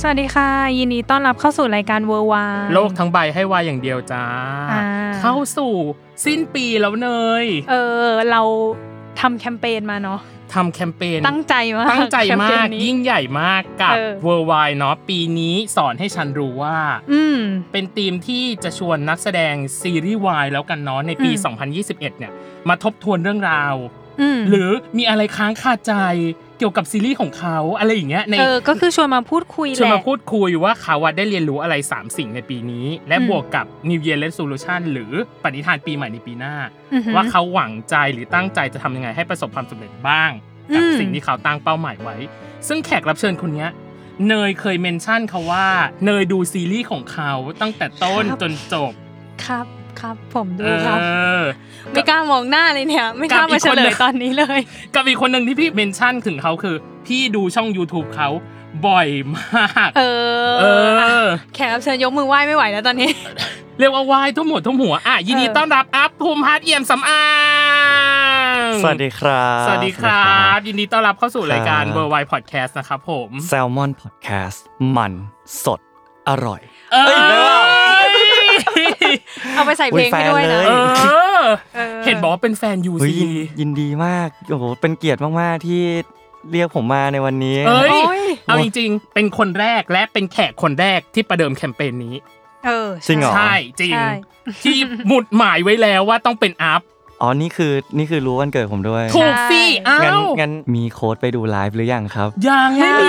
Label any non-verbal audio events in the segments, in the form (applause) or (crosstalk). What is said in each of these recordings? สวัสดีค่ะ ยินดีต้อนรับเข้าสู่รายการเวอร์วาย โลกทั้งใบให้วายอย่างเดียวจ้า อ่า เข้าสู่สิ้นปีแล้วเนย เออ เราทำแคมเปญมาเนาะ ทำแคมเปญ ตั้งใจมาก ตั้งใจ แค มา เปญ ก นี้ ยิ่งใหญ่มากกับ เออ เวอร์ไวเนาะปีนี้สอนให้ฉันรู้ว่า อืม เป็นทีมที่จะชวนนักแสดงซีรีส์วายแล้วกันเนาะในปี อืม 2021 เนี่ยมาทบทวนเรื่องราว อืม หรือมีอะไรค้างคาใจเกี่ยวกับซีรีส์ของเขาอะไรอย่างเงี้ยใน เออ ก็คือชวนมาพูดคุย ชว แห น ละ มาพูดคุยว่าเขาอะได้เรียนรู้อะไร 3 สิ่งในปีนี้ และ อืม บวกกับ New Year Resolution หรือปณิธานปีใหม่ในปีหน้า อือหือ ว่าเขาหวังใจหรือตั้งใจจะทำยังไงให้ประสบความสำเร็จบ้าง กับ อืม สิ่งที่เขาตั้งเป้าหมายไว้ ซึ่งแขกรับเชิญคนเนี้ยเนยเคยเมนชั่นเขาว่า เนยดูซีรีส์ของเขาตั้งแต่ต้นจนจบ ครับครับ ผมดู เอ ครับ อ ไม่กล้ามองหน้าเลยเนี่ย ไม่กล้ามาเฉลยตอนนี้เลย กับอีกคนหนึ่งที่พี่เมนชั่นถึงเขาคือ พี่ดูช่อง YouTube เขาบ่อยมาก เออ เอ อ่ะ อ แขกรับเชิญยกมือไหว้ไม่ไหวแล้วตอนนี้ เรียกว่าวายทุ่มหัวทุ่มหัวอ่ะยินดีต้อนรับอัพภูมิพัฒน์เอี่ยมสำอาง สวัสดีครับ สวัสดีครับ ยินดีต้อนรับเข้าสู่รายการ ครับ เบอร์ไวพอดแคสต์นะครับผม แซลมอนพอดแคสต์มันสดอร่อย เอ้ย เอ้ย เอาไปใส่เพลงให้ด้วยนะ อุ๊ยแฟนเลย เออ เออ เห็นบอกว่าเป็นแฟนยู เฮ้ย ซี ยินยินดีมากโอ้โหเป็นเกียรติมากๆที่เรียกผมมาในวันนี้ เอ้ย โอ้ย เอาจริงๆ เป็นคนแรกและเป็นแขกคนแรกที่ประเดิมแคมเปญนี้ เออ จริงเหรอ ใช่จริง ใช่ ที่หมุดหมายไว้แล้วว่าต้องเป็นอัพ อ๋อนี่คือนี่คือรู้วันเกิดผมด้วย ถูกสิอ้า งั้น ว งั้นมีโค้ดไปดูไลฟ์หรือยังครับ ยังไม่มี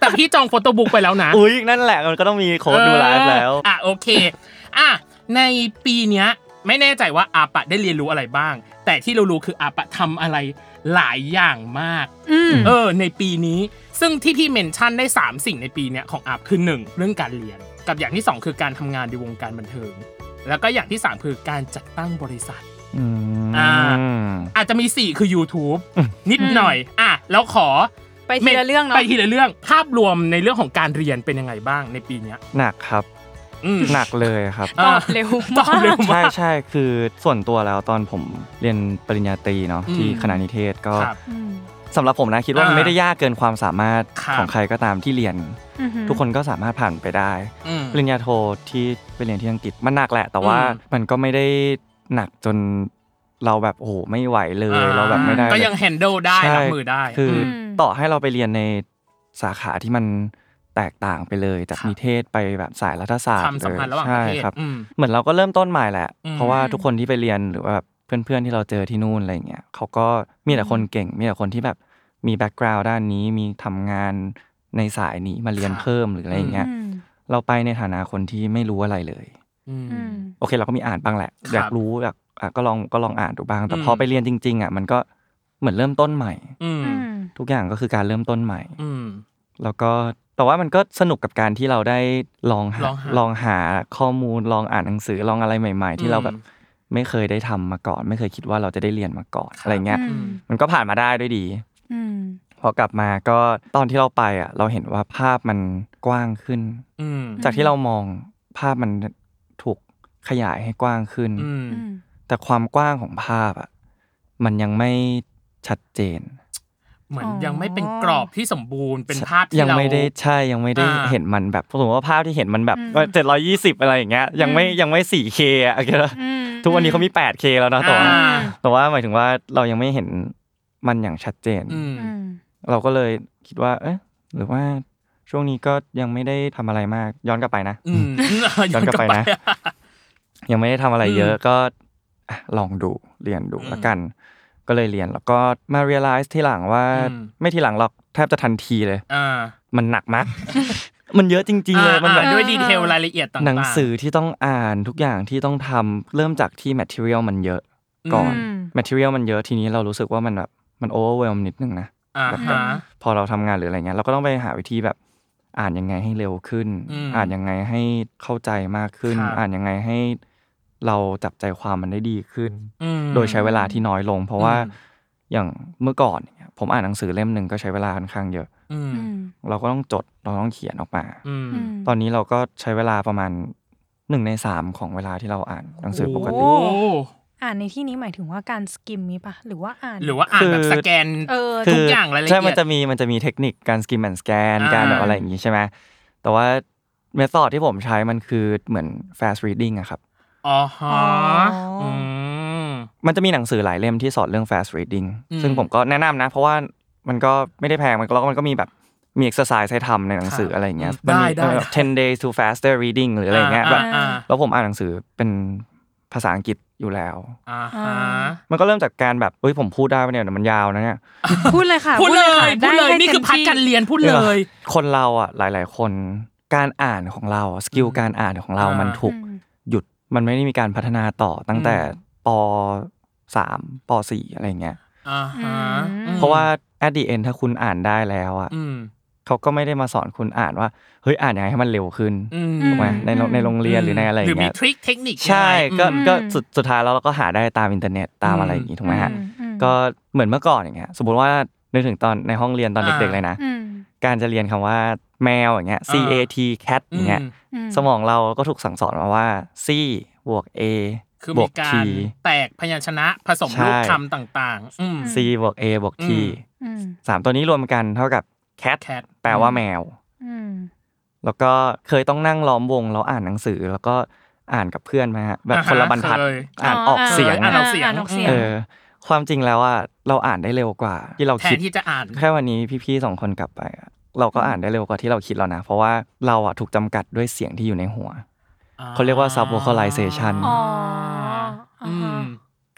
แต่พี่จองโฟโต้บุ๊กไปแล้วนะ อุ้ยนั่นแหละมันก็ต้องมีโค้ดดูไลฟ์แล้ว เอออ่ะโอเคอ่ะในปีเนี้ยไม่แน่ใจว่าอาปะได้เรียนรู้อะไรบ้าง แต่ที่เรารู้คืออาปะทำอะไรหลายอย่างมาก อืม เออ ในปีนี้ซึ่งที่พี่เมนชั่นได้ 3 สิ่งในปีเนี้ยของอาปคือ 1 เรื่องการเรียน กับอย่างที่ 2 คือการทำงานในวงการบันเทิง แล้วก็อย่างที่ 3 คือการจัดตั้งบริษัท อืม อ่า อาจจะมี 4 คือ YouTube อืม นิดหน่อยอ่ะแล้วขอ ไปทีละเรื่องเนาะ ไปทีละเรื่องภาพรวมในเรื่องของการเรียนเป็นยังไงบ้างในปีเนี้ย หนักครับ อืม หนักเลยครับ ตอบเร็ว ตอบเร็ว ใช่ มาก ใช่คือส่วนตัวแล้วตอนผมเรียนปริญญาตรีเนาะ อืม ที่คณะนิเทศก็ ครับ อืม สำหรับผมนะคิดว่า อ่ามั มันไม่ได้ยากเกินความสามารถ ครับ ของใครก็ตามที่เรียน อือหือ ทุกคนก็สามารถผ่านไปได้ อืม ปริญญาโทที่ไปเรียนที่อังกฤษมันหนักแหละ แต่ว่า อืม มันก็ไม่ได้หนักจนเราแบบโอ้โหไม่ไหวเลยเราแบบไม่ได้ ก็ยังแฮนเดิลได้ ใช่ รับมือได้ คืออ ม ม ต่อให้เราไปเรียนในสาขาที่มันแตกต่างไปเลย จาก ครับ นิเทศไปแบบสายรัฐศาสตร์ ความสัมพันธ์ระหว่างประเทศ ใช่ครับ อืม เหมือนเราก็เริ่มต้นใหม่แหละ อืม เพราะว่าทุกคนที่ไปเรียนหรือว่าแบบเพื่อนๆที่เราเจอที่นู่นอะไรอย่างเงี้ยเขาก็มีแต่คนเก่ง มีแต่คนที่แบบมีแบ็กกราวด์ด้านนี้มีทำงานในสายนี้มาเรียนเพิ่มหรืออะไรอย่างเงี้ย อืม เราไปในฐานะคนที่ไม่รู้อะไรเลย อืม อืม โอเค เราก็มีอ่านบ้างแหละ ครับ อยากรู้อยากอ่ะก็ลองก็ลองอ่านดูบ้าง แต่ อืม พอไปเรียนจริงๆอ่ะมันก็เหมือนเริ่มต้นใหม่ อืม อืม ทุกอย่างก็คือการเริ่มต้นใหม่ อืม แล้วก็แต่ว่ามันก็สนุกกับการที่เราได้ลองหา ลองหา ลองหาข้อมูลลองอ่านหนังสือลองอะไรใหม่ ๆ ที่เราแบบ ไม่เคยได้ทำมาก่อน ไม่เคยคิดว่าเราจะได้เรียนมาก่อนอะไรเงี้ย อืม มันก็ผ่านมาได้ด้วยดี อืม พอกลับมาก็ตอนที่เราไปอ่ะ เราเห็นว่าภาพมันกว้างขึ้น อืม จากที่เรามองภาพมันถูกขยายให้กว้างขึ้น อืม อืม แต่ความกว้างของภาพอ่ะมันยังไม่ ชัดเจน เหมือน อ๋อ ยังไม่เป็นกรอบที่สมบูรณ์เป็นภาพที่ ยัง เรา ไม่ได้ใช่ยังไม่ได้ อ่า เห็นมันแบบสมมติว่าภาพที่เห็นมันแบบ อืม เจ็ดร้อยี่สิบอะไรอย่างเงี้ยยังไม่ อืม ยังไม่ 4K อะโอเคแล้ว อืม ทุกวันนี้เขามี 8K แล้วนะแต่ว่า อ่า แต่ว่าหมายถึงว่าเรายังไม่เห็นมันอย่างชัดเจน อืม อืม เราก็เลยคิดว่า เอ๊ะหรือว่าช่วงนี้ก็ยังไม่ได้ทำอะไรมากย้อนกลับไปนะ อืมย้อนกลับไป ย้อนกลับไปนะ (laughs) ยังไม่ได้ทำอะไรเยอะ อืม ก็อ่ะลองดูเรียนดู อืม ละกัน ก็เลยเรียนแล้วก็มา realize ทีหลังว่า อืม ไม่ทีหลังหรอกแทบจะทันทีเลย อ่า มันหนักมาก มันเยอะจริง ๆ เลยมันแบบ อ่าด้วยดีเทลรายละเอียดต่างๆ หนังสือที่ต้องอ่านทุกอย่างที่ต้องทำเริ่มจากที่ material มันเยอะก่อน อืม material มันเยอะทีนี้เรารู้สึกว่ามันแบบมัน overwhelm นิดนึงนะ อ่าฮะ พอเราทำงานหรืออะไรเงี้ยเราก็ต้องไปหาวิธีแบบอ่านยังไงให้เร็วขึ้น อืม อ่านยังไงให้เข้าใจมากขึ้น ครับ อ่านยังไงให้เราจับใจความมันได้ดีขึ้น อืม โดยใช้เวลาที่น้อยลง เพราะว่า อืม อย่างเมื่อก่อนเนี่ยผมอ่านหนังสือเล่มหนึ่งก็ใช้เวลาค่อนข้างเยอะ อืม อืม เราก็ต้องจดเราต้องเขียนออกมา อืม อืม ตอนนี้เราก็ใช้เวลาประมาณหนึ่งในสามของเวลาที่เราอ่านหนังสือปกติ โอ้ โอ้ อ่านในที่นี้หมายถึงว่าการสกิมนี้ปะหรือว่าอ่าน หรือว่าอ่านแบบสแกน เออ ทุกอย่างรายละเอียด ใช่ มันจะมี มันจะมีเทคนิคการสกิมแอนสแกน อ่า การแบบอะไรอย่างงี้ใช่ไหม แต่ว่าเมธอดที่ผมใช้มันคือเหมือน fast reading อะครับ อ๋อฮะ อ๋ออื อืม มันจะมีหนังสือหลายเล่มที่สอนเรื่อง fast reading อืม ซึ่งผมก็แนะนำนะ เพราะว่ามันก็ไม่ได้แพง มันก็แล้วก็มันก็มีแบบ มี exercise ให้ทำในหนังสืออะไรอย่างเงี้ยมัน ได้ มี ได้ เอ่อ 10 days to faster reading หรืออะไรอย่างเงี้ยแบบ อ่า แล้วผมอ่านหนังสือเป็นภาษาอังกฤษอยู่แล้ว อ่าฮะ มันก็เริ่มจากการแบบเอ้ย ผมพูดได้ปะเนี่ยเดี๋ยวมันยาวนะเนี่ย พูดเลยค่ะ พูดเลย ค่ะ พูดเลย ได้ให้ นี่คือพัด เต็มที่ การเรียนพูดเลย คนเราอ่ะหลาย ๆ คนการอ่านของเราสกิลการอ่านของเรา อ่ามั มันถูก อืม หยุดมันไม่ได้มีการพัฒนาต่อตั้งแต่ อื ปสามปสี่อะไรเงี้ย อ่าฮะ อืม เพราะว่า at the end ถ้าคุณอ่านได้แล้วอ่ะ อืม เขาก็ไม่ได้มาสอนคุณอ่านว่าเฮ้ยอ่านยังไงให้มันเร็วขึ้น อืม ถูกไหมในโรงในโรงเรียนหรือในอะไร หรือ เงี้ มี ย ทริคเทคนิค ใช่ ยังไง ก็ อืม ก็สุดสุดท้ายแล้วเราก็หาได้ตามอินเทอร์เน็ตตามอะไรอย่างงี้ถูกไหมฮะ อืมอืม ก็เหมือนเมื่อก่อนอย่างเงี้ยสมมติว่านึกถึงตอนในห้องเรียนตอนเด็ก ๆ เลยนะ อืม การจะเรียนคำว่าแมวอย่างเงี้ย อ่า C A T cat อย่างเงี้ย อืม อืม สมองเราก็ถูกสั่งสอนมาว่า C บวก A คือบ มี วก T การแตกพยัญชนะผสม ใช่ รูปคำต่างๆ อืม C บวก A บวก T อืม อืม สามตัวนี้รวมกันเท่ากับ cat แคท แปลว่าแมว อืม แล้วก็เคยต้องนั่งล้อมวงแล้วอ่านหนังสือ แล้วก็อ่านกับเพื่อนไหมาฮะแบบ อ่าฮะ คนละบรรทัด เคย อ่านออกเสียง อ่านอ อะ อกเสียง อ่านออกเสียง เออความจริงแล้วอ่ะเราอ่านได้เร็วกว่า ที่เรา แท คิ น ด ที่จะอ่าน แค่วันนี้พี่ๆสองคนกลับไปอะเราก็อ่านได้เร็วกว่าที่เราคิดแล้วนะ เพราะว่าเราอ่ะถูกจำกัดด้วยเสียงที่อยู่ในหัว เขาเรียกว่า subvocalization อ๋อ อืม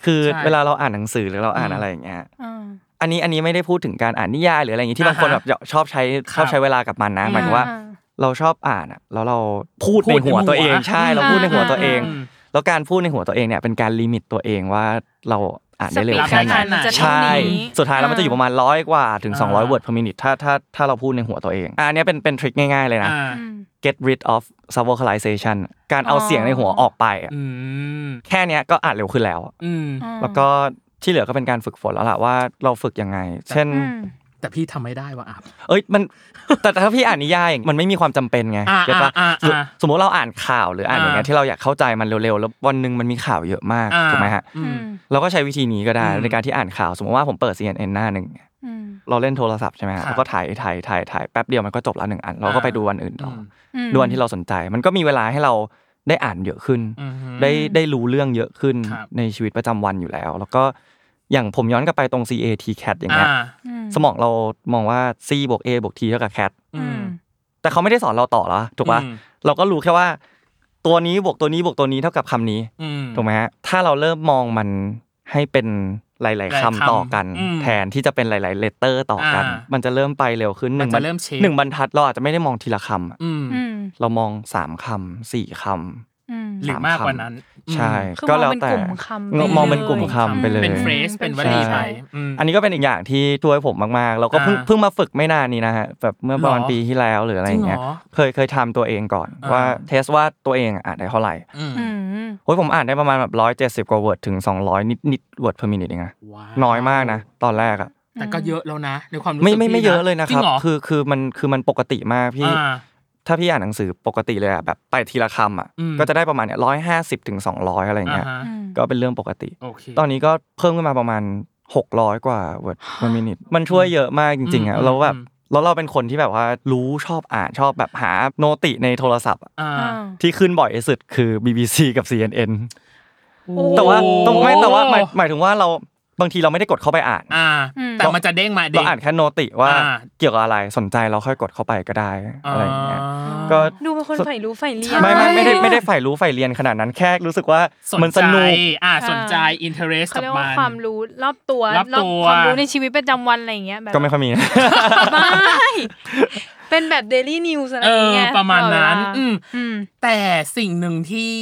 คือ ใช่ เวลาเราอ่านหนังสือหรือเราอ่าน อืม อะไรอย่างเงี้ย อ่า อันนี้อันนี้ไม่ได้พูดถึงการอ่านนิยายหรืออะไรอย่างงี้ที่บางคน อ่า แบ ฮะ บชอบใช้ ครับ ชอบใช้เวลากับมันนะ อืม หมายถึงว่า อ่า เราชอบอ่านอะแล้วเราพูด พู ใน ดใน หัวตัว หัว เองใช่ อืม เราพูดในหัวตัวเอง อืม แล้วการพูดในหัวตัวเองเนี่ยเป็นการลิมิตตัวเองว่าเราอ่านได้เร็ว สปีด แค่ไหน ขนาดไหน ใช่ จะเท่านี้ สุดท้ายแล้วมันจะอยู่ประมาณร้อยกว่าถึง อ่า 200 word per minute ถ้าถ้าถ้าเราพูดในหัวตัวเองอะอันเนี้ยเป็นเป็นทริคง่ายๆเลยนะ อ่า get rid of subvocalization การเอา อ๋อ เสียงในหัวออกไปอะ อืม แค่เนี้ยก็อ่านเร็วขึ้นแล้วอะ อืม อ่า แล้วก็ที่เหลือก็เป็นการฝึกฝนแล้วล่ะว่าเราฝึกยังไง เช่น อืม แต่พี่ทำไม่ได้ว่ะอับ เอ้ยมัน แต่แต่ถ้าพี่อ่านนิยายอย่างมันไม่มีความจำเป็นไง อ่า เก็ตปะ อ่าอ่า สมมุติสมมติเราอ่านข่าวหรืออ่าน อ่า อย่างเงี้ยที่เราอยากเข้าใจมันเร็วๆ แล้ววันหนึ่งมันมีข่าวเยอะมาก อ่า ถูกไหมฮะ อืม เราก็ใช้วิธีนี้ก็ได้ อืม ในการที่อ่านข่าว สมมติว่าผมเปิด CNN หน้าหนึ่ง อืม เราเล่นโทรศัพท์ใช่ไหม ครั ฮะ บ เราก็ถ่ายถ่ายถ่ายถ่ายแป๊บเดียวมันก็จบละหนึ่งอัน เราก็ อ่า ไปดูวันอื่นต่ออ อืม ดูวันที่เราสนใจ มันก็มีเวลาให้เราได้อ่านเยอะขึ้น อืม ได้ได้รู้เรื่องเยอะขึ้น ครับ ในชีวิตประจำวันอยู่แล้ว แล้วก็อย่างผมย้อนกลับไปตรง CAT cat อย่างเงี้ย อ่า สมองเรามองว่า c บวก a บวก t เท่ากับ cat อืม แต่เขาไม่ได้สอนเราต่อแล้วถูกป่ะ อืม เราก็รู้แค่ว่า ตัวนี้บวกตัวนี้บวกตัวนี้เท่ากับคำนี้ อืม ถูกไหมฮะถ้าเราเริ่มมองมันให้เป็นหลาย ๆ หลายๆ คำ คำ ต่อกัน อืม แทนที่จะเป็นหลาย ๆ เลตเตอร์ต่อกัน อ่ามั มันจะเริ่มไปเร็วขึ้นหนึ่ง มันจะเริ่มเชฟ หนึ่งบรรทัดเราอาจจะไม่ได้มองทีละคำอะ อืม อืม เรามองสามคำสี่คำ อืม หรือมากกว่านั้น ใช่ อืม ก็แล้ว คื แต่ อ เนอะม ม อ อง งเป็ เป็น น ก กลุ่ ลุ่ม ม คำ คำ ไป ไป เล เลย ย เป็นเฟรชเป็นวลีไปม อันนี้ก็เป็นอีกอย่างที่ช่วยผมมากๆ แล้วก็เพิ่ง อ่า เพิ่งมาฝึกไม่นานนี้นะฮะแบบเมื่อประมาณ หรอ ปีที่แล้วหรืออะไรอย่างเงี้ย จริงเหรอ เคยเคยทำตัวเองก่อน อ่า ว่าเทสว่าตัวเองอ่านได้เท่าไหร่ อืม อืม โอ้ยผมอ่านได้ประมาณแบบร้อยเจ็ดสิบ170 กว่าเวิร์ดถึงสองร้อยนิดนิดเวิร์ด per minute เองนะ ว้าว น้อยมากนะ ตอนแรกอะ แต่ก็เยอะแล้วนะในความรู้สึก ไม่ไม่ พี่ ไม่เยอะเลยนะ จ ครับ งหอ คือคือมันคือมันปกติมากพี่ อ่า ถ้าพี่อ่านหนังสือปกติเลยอะแบบไปทีละคำอะ อืม ก็จะได้ประมาณเนี้ยร้อยห้าสิบถึงสองร้อยอะไรอย่างเงี้ย อ่าฮะ ก็เป็นเรื่องปกติ โอเค ตอนนี้ก็เพิ่มขึ้นมาประมาณ หกร้อยกว่า word per minute มันช่วยเยอะมากจริงๆอะเราแบบ อืม แล้วเราเป็นคนที่แบบว่ารู้ชอบอ่านชอบแบบหาโนติในโทรศัพท์อะ อ่า อ่า ที่ขึ้นบ่อยที่สุดคือ BBC กับ CNN โอ้ แต่ว่าตรงไม่แต่ว่าหมาย โอ้ หมายถึงว่าเราบางทีเราไม่ได้กดเข้าไปอ่าน อ่า อืม แต่มันจะเด้งมาเด้ เรา ง อ่านแค่โนติว่า อ่า เกี่ยวกับอะไรสนใจเราค่อยกดเข้าไปก็ได้อะไรอย่างเงี้ย ก็ ดูเป็นคนใฝ่รู้ใฝ่เรียน ไม่ไม่ไม่ได้ไม่ได้ใฝ่รู้ใฝ่เรียนขนาดนั้นแค่รู้สึกว่า สน มันส ใจ นุก อ่า อ่า สนใจ interest เขา กับ เรียก มั ว่าน ความรู้รอบตัว รอบตัว ความรู้ในชีวิตประจำวันอะไรอย่างเงี้ยแบบ ก็ไม่ค่อยมีนะ ไม่ (laughs) เป็นแบบเดลี่นิวส์อะไร เอ อย่าง อ เงี้ย ประมาณนั้น ตลอดเวลา อืม อืม แต่สิ่งหนึ่งที่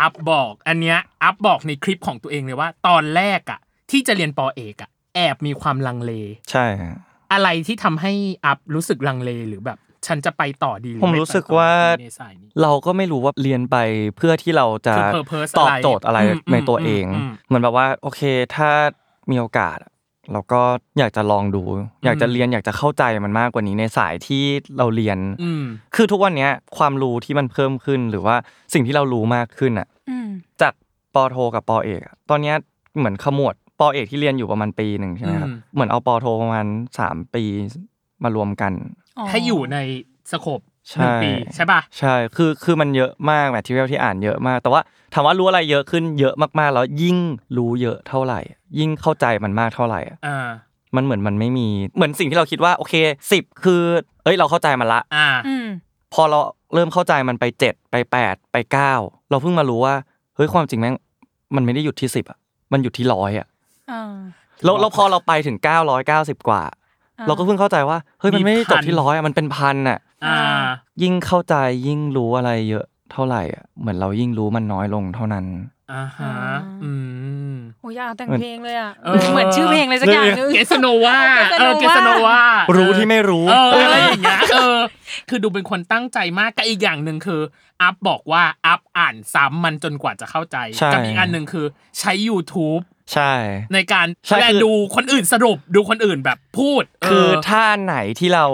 อัพบอกอันเนี้ยอัพบอกในคลิปของตัวเองเลยว่า ตอนแรกอะที่จะเรียนปอเอกอะแอบมีความลังเล ใช่ฮะ อะไรที่ทำให้อัพรู้สึกลังเลหรือแบบ ฉันจะไปต่อดีหรือ ผม ไไป รู้สึก ต่อ ว่า ดีในสายนี้ เราก็ไม่รู้ว่าเรียนไปเพื่อที่เราจะ คือ purpose ตอบ อะไร โจทย์อะไร อืม ในตัวเอง อืมอืม เหมือนแบบว่าโอเคถ้ามีโอกาส เราก็อยากจะลองดู อยากจะ อืม เรียนอยากจะเข้าใจมันมากกว่านี้ในสายที่เราเรียน อืม คือทุกวันเนี้ยความรู้ที่มันเพิ่มขึ้นหรือว่าสิ่งที่เรารู้มากขึ้นอ่ะ อืม จากปอโทกับปอเอกอะตอนเนี้ยเหมือนขมวดปอเอกที่เรียนอยู่ประมาณปีหนึ่งใช่ไหมครับ อืม เหมือนเอาปอโทประมาณสามปีมารวมกัน ให้อยู่ในสโคป ใช่ หนึ่งปีใช่ป่ะ ใช่คือคือมันเยอะมากแมทเทียลที่อ่านเยอะมาก แต่ว่าถามว่ารู้อะไรเยอะขึ้นเยอะมากๆ แล้วยิ่งรู้เยอะเท่าไหร่ ยิ่งเข้าใจมันมากเท่าไหร่อะ อ่า มันเหมือนมันไม่มีเหมือนสิ่งที่เราคิดว่าโอเคสิบคือ เอ้ยเราเข้าใจมันละ อ่า อืม พอเราเริ่มเข้าใจมันไปเจ็ดไปแปดไปเก้าเราเพิ่งมารู้ว่าเฮ้ยความจริงแม่งมันไม่ได้หยุดที่สิบอ่ะมันหยุดที่ร้อยอ่ะ อ่า แล้วแล้วพอเราไปถึง 990 กว่า อ่า เราก็เพิ่งเข้าใจว่าเฮ้ยมันไม่ได้จบมีที่พัน ร้อยอะมันเป็นพันอ่ะ อ่า ยิ่งเข้าใจยิ่งรู้อะไรเยอะเท่าไหร่อ่ะเหมือนเรายิ่งรู้มันน้อยลงเท่านั้น อ่าฮะ อืม โอ้ยอยากแต่ง เหมือน เพลงเลยอ่ะ เออ เหมือนชื่อเพลงเลยสักอย่างนึง เกสโนวาเออ เก เก ส ส โน โน วา วา รู้ที่ไม่รู้ เอออะไรอย่างเงี้ยเออ คือดูเป็นคนตั้งใจมากกับอีกอย่างหนึ่งคือ อัพบอกว่าอัพอ่านซ้ำมันจนกว่าจะเข้าใจ ใช่ กับอีกอันหนึ่งคือใช้ YouTube ใช่ ในการ ใช่คือ และดูคนอื่นสรุปดูคนอื่นแบบพูดเ คือถ้าไหนที่เรา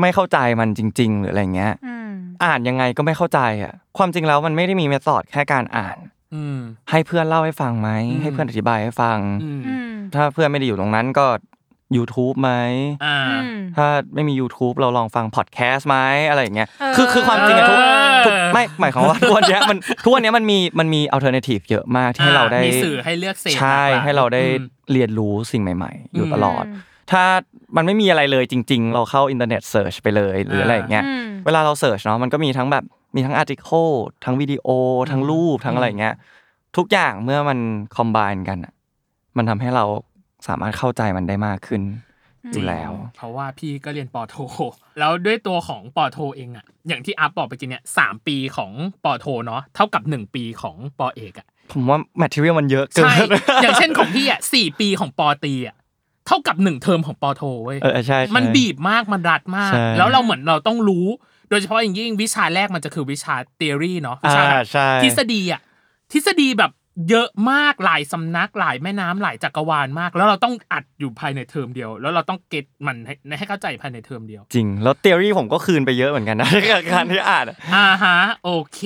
ไม่เข้าใจมันจริง ๆ หรืออะไรเงี้ย อืม อ่านยังไงก็ไม่เข้าใจอ่ะความจริงแล้วมันไม่ได้มีเมธอดแค่การอ่าน อืม ให้เพื่อนเล่าให้ฟังไหม อืม ให้เพื่อนอธิบายให้ฟัง อืม อืม ถ้าเพื่อนไม่ได้อยู่ตรงนั้นก็ YouTube ไหม อ่า อืม ถ้าไม่มี YouTube เราลองฟังพอดแคสต์ไหมอะไรอย่างเงี้ย เออ คือคือความจริงอะทุก เออ ทุกไม่หมายความ (laughs) ว่า ทุกวันเนี้ยมันทุกวันเนี้ยมันมีมันมีอัลเทอร์เนทีฟเยอะมากที่ให้เราได้ มีสื่อให้เลือกเสพ ใช่ มกมย ให้เราได้ อืม เรียนรู้สิ่งใหม่ๆ อยู่ อืม ตลอด ถ้ามันไม่มีอะไรเลยจริง ๆ เราเข้าอินเทอร์เน็ตเสิร์ชไปเลยหรืออะไรอย่างเงี้ย อืม เวลาเราเสิร์ชเนาะมันก็มีทั้งแบบมีทั้งอาร์ติเคิลทั้งวิดีโอ ทั้งรูปทั้งอะไรอย่างเงี้ยทุกอย่างเมื่อมันคอมบ n e กันอะมันทำให้เราสามารถเข้าใจมันได้มากขึ้นอยู่แล้ว เพราะว่าพี่ก็เรียนปอโท แล้วด้วยตัวของปอโทเองอะอย่างที่อัพบอกไปจริงเนี่ยสามปีของปอโทเนาะเท่ากับหนึ่งปีของปอเอกอะ ผมว่าแมทเทียลมันเยอะเกิน ใช่ (laughs) อย่างเช่นของพี่อ่ะสี่ปีของปอตรีอ่ะเท่ากับหนึ่งเทอมของปอโทเว้ย เออใช่ใช่ มันบีบมาก มันรัดมาก ใช่ แล้วเราเหมือนเราต้องรู้ โดยเฉพาะอย่างยิ่งวิชาแรกมันจะคือวิชา theory เนาะวิชาแบบ อ่าใช่ ทฤษฎีอ่ะ ทฤษฎีแบบเยอะมาก หลายสำนัก หลายแม่น้ำหลายจักรวาลมาก แล้วเราต้องอัดอยู่ภายในเทอมเดียว แล้วเราต้องเก็ตมันให้ให้เข้าใจภายในเทอมเดียว จริง แล้วเทอรี่ผมก็คืนไปเยอะเหมือนกันนะ (laughs) กับการที่อ่านอะ อ่าฮะ โอเค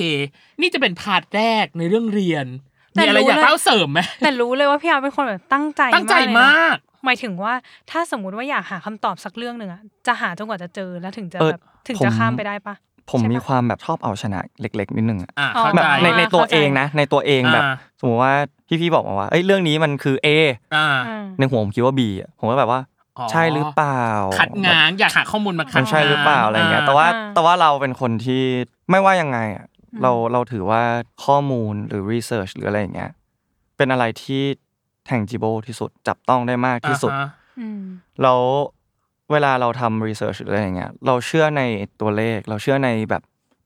นี่จะเป็นพาร์ทแรกในเรื่องเรียน แต่ มีอะไร รู้ อยาก เลย เล่าเสริมไหม แต่รู้เลยว่าพี่อาร์ตเป็นคนแบบตั้งใจ ตั้งใจ เลยนะ มาก หมายถึงว่าถ้าสมมติว่าอยากหาคำตอบสักเรื่องหนึ่งอะจะหาจนกว่าจะเจอแล้วถึงจะแบบถึงจะข้ามไปได้ปะ ผม ใช่ปะ มีความแบบชอบเอาชนะเล็ก ๆ นิดนึงอะ อ่า อ๋อ เข้า แบบ ใจ ในในตัว เข้าใจ เองนะ ในตัวเองแบบ อ่า สมมติว่าพี่ๆบอกมาว่าเอ้ยเรื่องนี้มันคือ A อ่า อืม ในหัวผมคิดว่า B อะผมก็แบบว่า อ๋อ ใช่หรือเปล่า ขัดง้างอยากหาข้อมูลมาขัด มันใช่หรือเปล่าอะไรเงี้ย า แต่ว่า อ่า แต่ว่าเราเป็นคนที่ไม่ว่ายังไงอะเราเราถือว่าข้อมูลหรือรีเสิร์ชหรืออะไรอย่างเงี้ยเป็นอะไรที่แทงจิโบที่สุดจับต้องได้มากที่สุด อ่าฮะ อืม แล้วเวลาเราทำ research หรืออะไรอย่างเงี้ยเราเชื่อในตัวเลข เราเชื่อในแบบ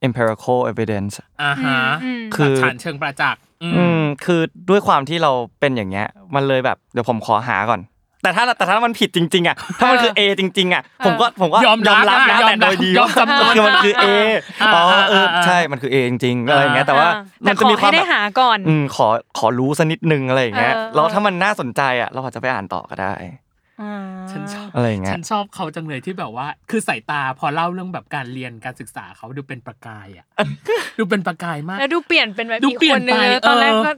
empirical evidence อ่าฮะ อืม คือ หลักฐานเชิงประจักษ์อืม อืมคือด้วยความที่เราเป็นอย่างเงี้ย มันเลยแบบเดี๋ยวผมขอหาก่อน แต่ถ้าแต่ถ้ามันผิดจริง ๆอ่ะถ้ามันคือ A จริง ๆอ่ะผมก็ผมก็ ยอมรับ นะ ยอม แต่โดยดี ยอ ว่าม จำนน คือมันคือ A อ่า อ๋อเออ อ่า ใช่มันคือ A จริงๆอะไรอย่างเงี้ยแต่ว่า อ่ มั แต่ น ข จะ อ มีควา ให้ ม ได้ แบบ หาก่อน อืมขอขอรู้สักนิดนึงอะไรอย่างเงี้ย เออ แล้วถ้ามันน่าสนใจอ่ะเราอาจจะไปอ่านต่อก็ได้ อ่า ฉันชอบ อะไรอย่างเงี้ย ฉันชอบเขาจังเลยที่แบบว่า คือสายตาพอเล่าเรื่องแบบการเรียนการศึกษาเขาดูเป็นประกายอ่ะ (laughs) ดูเป็นประกายมาก แล้วดูเปลี่ยนเป็นแบบ ดู อีก เปลี่ ค ยน นนึง ไป เลยตอนแรก เออ ก็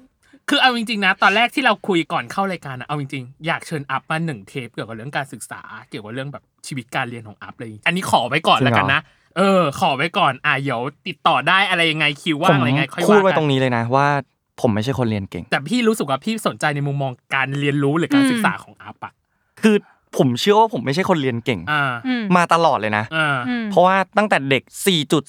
คือเอาจริงๆนะตอนแรกที่เราคุยก่อนเข้ารายการนะเอาจริงๆอยากเชิญอัพมาหนึ่งเทปเกี่ยวกับเรื่องการศึกษา เกี่ยวกับเรื่องแบบชีวิตการเรียนของอัพเลย อันนี้ขอไว้ก่อน จริงเหรอ แล้วกันนะเออ ขอไว้ก่อนอ่ะเดี๋ยวติดต่อได้อะไรยังไงคิว ผ ว่าง ม อะไรยังไงค่อย พูดไว้ ว่า ตร กั ง น นี้เลยนะว่า ผมไม่ใช่คนเรียนเก่ง แต่พี่รู้สึกว่าพี่สนใจในมุมมองการเรียนรู้หรือการ อืม ศึกษาของอัพอะ คือผมเชื่อว่าผมไม่ใช่คนเรียนเก่ง อ่า อืม มาตลอดเลยนะ อ่า อืม เพราะว่าตั้งแต่เด็ก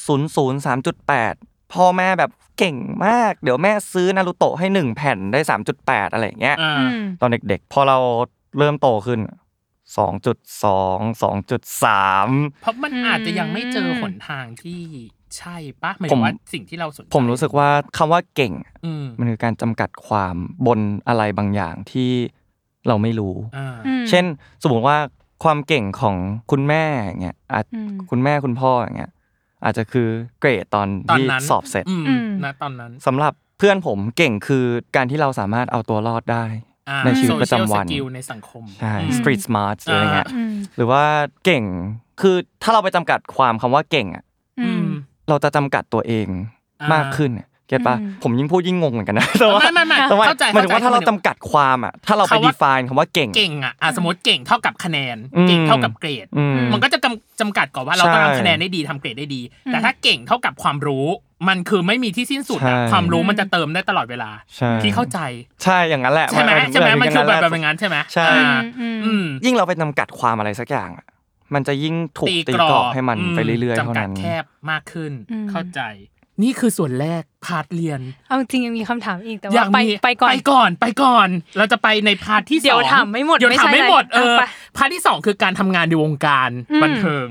4.00 3.8 พ่อแม่แบบเก่งมาก เดี๋ยวแม่ซื้อนารูโตะให้ 1 แผ่นได้ 3.8 อะไรอย่างเงี้ย อ่า อืม ตอนเด็กๆ พอเราเริ่มโตขึ้น 2.2 2.3 เพราะมัน อืม อาจจะยังไม่เจอหนทางที่ใช่ปะหมายถึงว่าสิ่งที่เราสนใจ ผมรู้สึกว่าคำว่าเก่ง อืม มันคือการจำกัดความบนอะไรบางอย่างที่เราไม่รู้ อ่า อืม เช่น สมมติว่าความเก่งของคุณแม่อย่างเงี้ยอาจ อืม คุณแม่คุณพ่ออย่างเงี้ยอาจจะคือเกรดตอน ตอน ที่ นั้น สอบเสร็จ ม อืม นะตอนนั้น สำหรับเพื่อนผมเก่งคือการที่เราสามารถเอาตัวรอดได้ อ่า ในชีวิตประจำวั social น skill ในสังคม ใช่ อืม street smart หรืออะไรเงี้ย อ่า อืม หรือว่าเก่งคือถ้าเราไปจำกัดความคำว่าเก่งอะ อืม เราจะจำกัดตัวเอง อ่าม มากขึ้นอะเก็ตปะ อืม ผมยิ่งพูดยิ่งงงเหมือนกันนะแต่ว่า ไม่ (laughs) ไม่ไม่ แต่ว่า เข้าใจ หมายถึงว่าถ้าเราจำกัดความอะถ้าเราไป define คำว่าเก่ง เก่งอ่ะอ่ะสมมติเก่งเท่ากับคะแนน อืม เก่งเท่ากับเกรด อืม มันก็จะจำจำกัดก่อนว่าเราต้อง ใช่ ทำคะแนนได้ดีทำเกรดได้ดี อืม แต่ถ้าเก่งเท่ากับความรู้ มันคือไม่มีที่สิ้นสุดอะ ใช่ ความรู้มันจะเติมได้ตลอดเวลา ใช่ พี่เข้าใจ ใช่อย่างนั้นแหละ ใช่ไหม นเป็น ใช่ไหมมันคือแบบ ย่าแบบงหละ นั้นใช่ไหม ใช่ อ่า อืม อืม ยิ่งเราไปจำกัดความอะไรสักอย่างอะมันจะยิ่งถูกตีกรอบให้มันไปเรื่อยๆเท่า จำกั นั้ ด น แคบมากขึ้น อืม เข้าใจ นี่คือส่วนแรกพาร์ทเรียน เอาจริงยังมีคำถามอีกแต่ว่ายอาก ไป มี ไปก่อน ไปก่อนไปก่อน เราจะไปในพาร์ทที่สอง เดี๋ยวถามไม่หมด เดี๋ยว ไม่ ถา ใช่ มไม่หมด อะไร เออ เอาไป พาร์ทที่สองคือการทำงานในวงการ อืม บันเทิง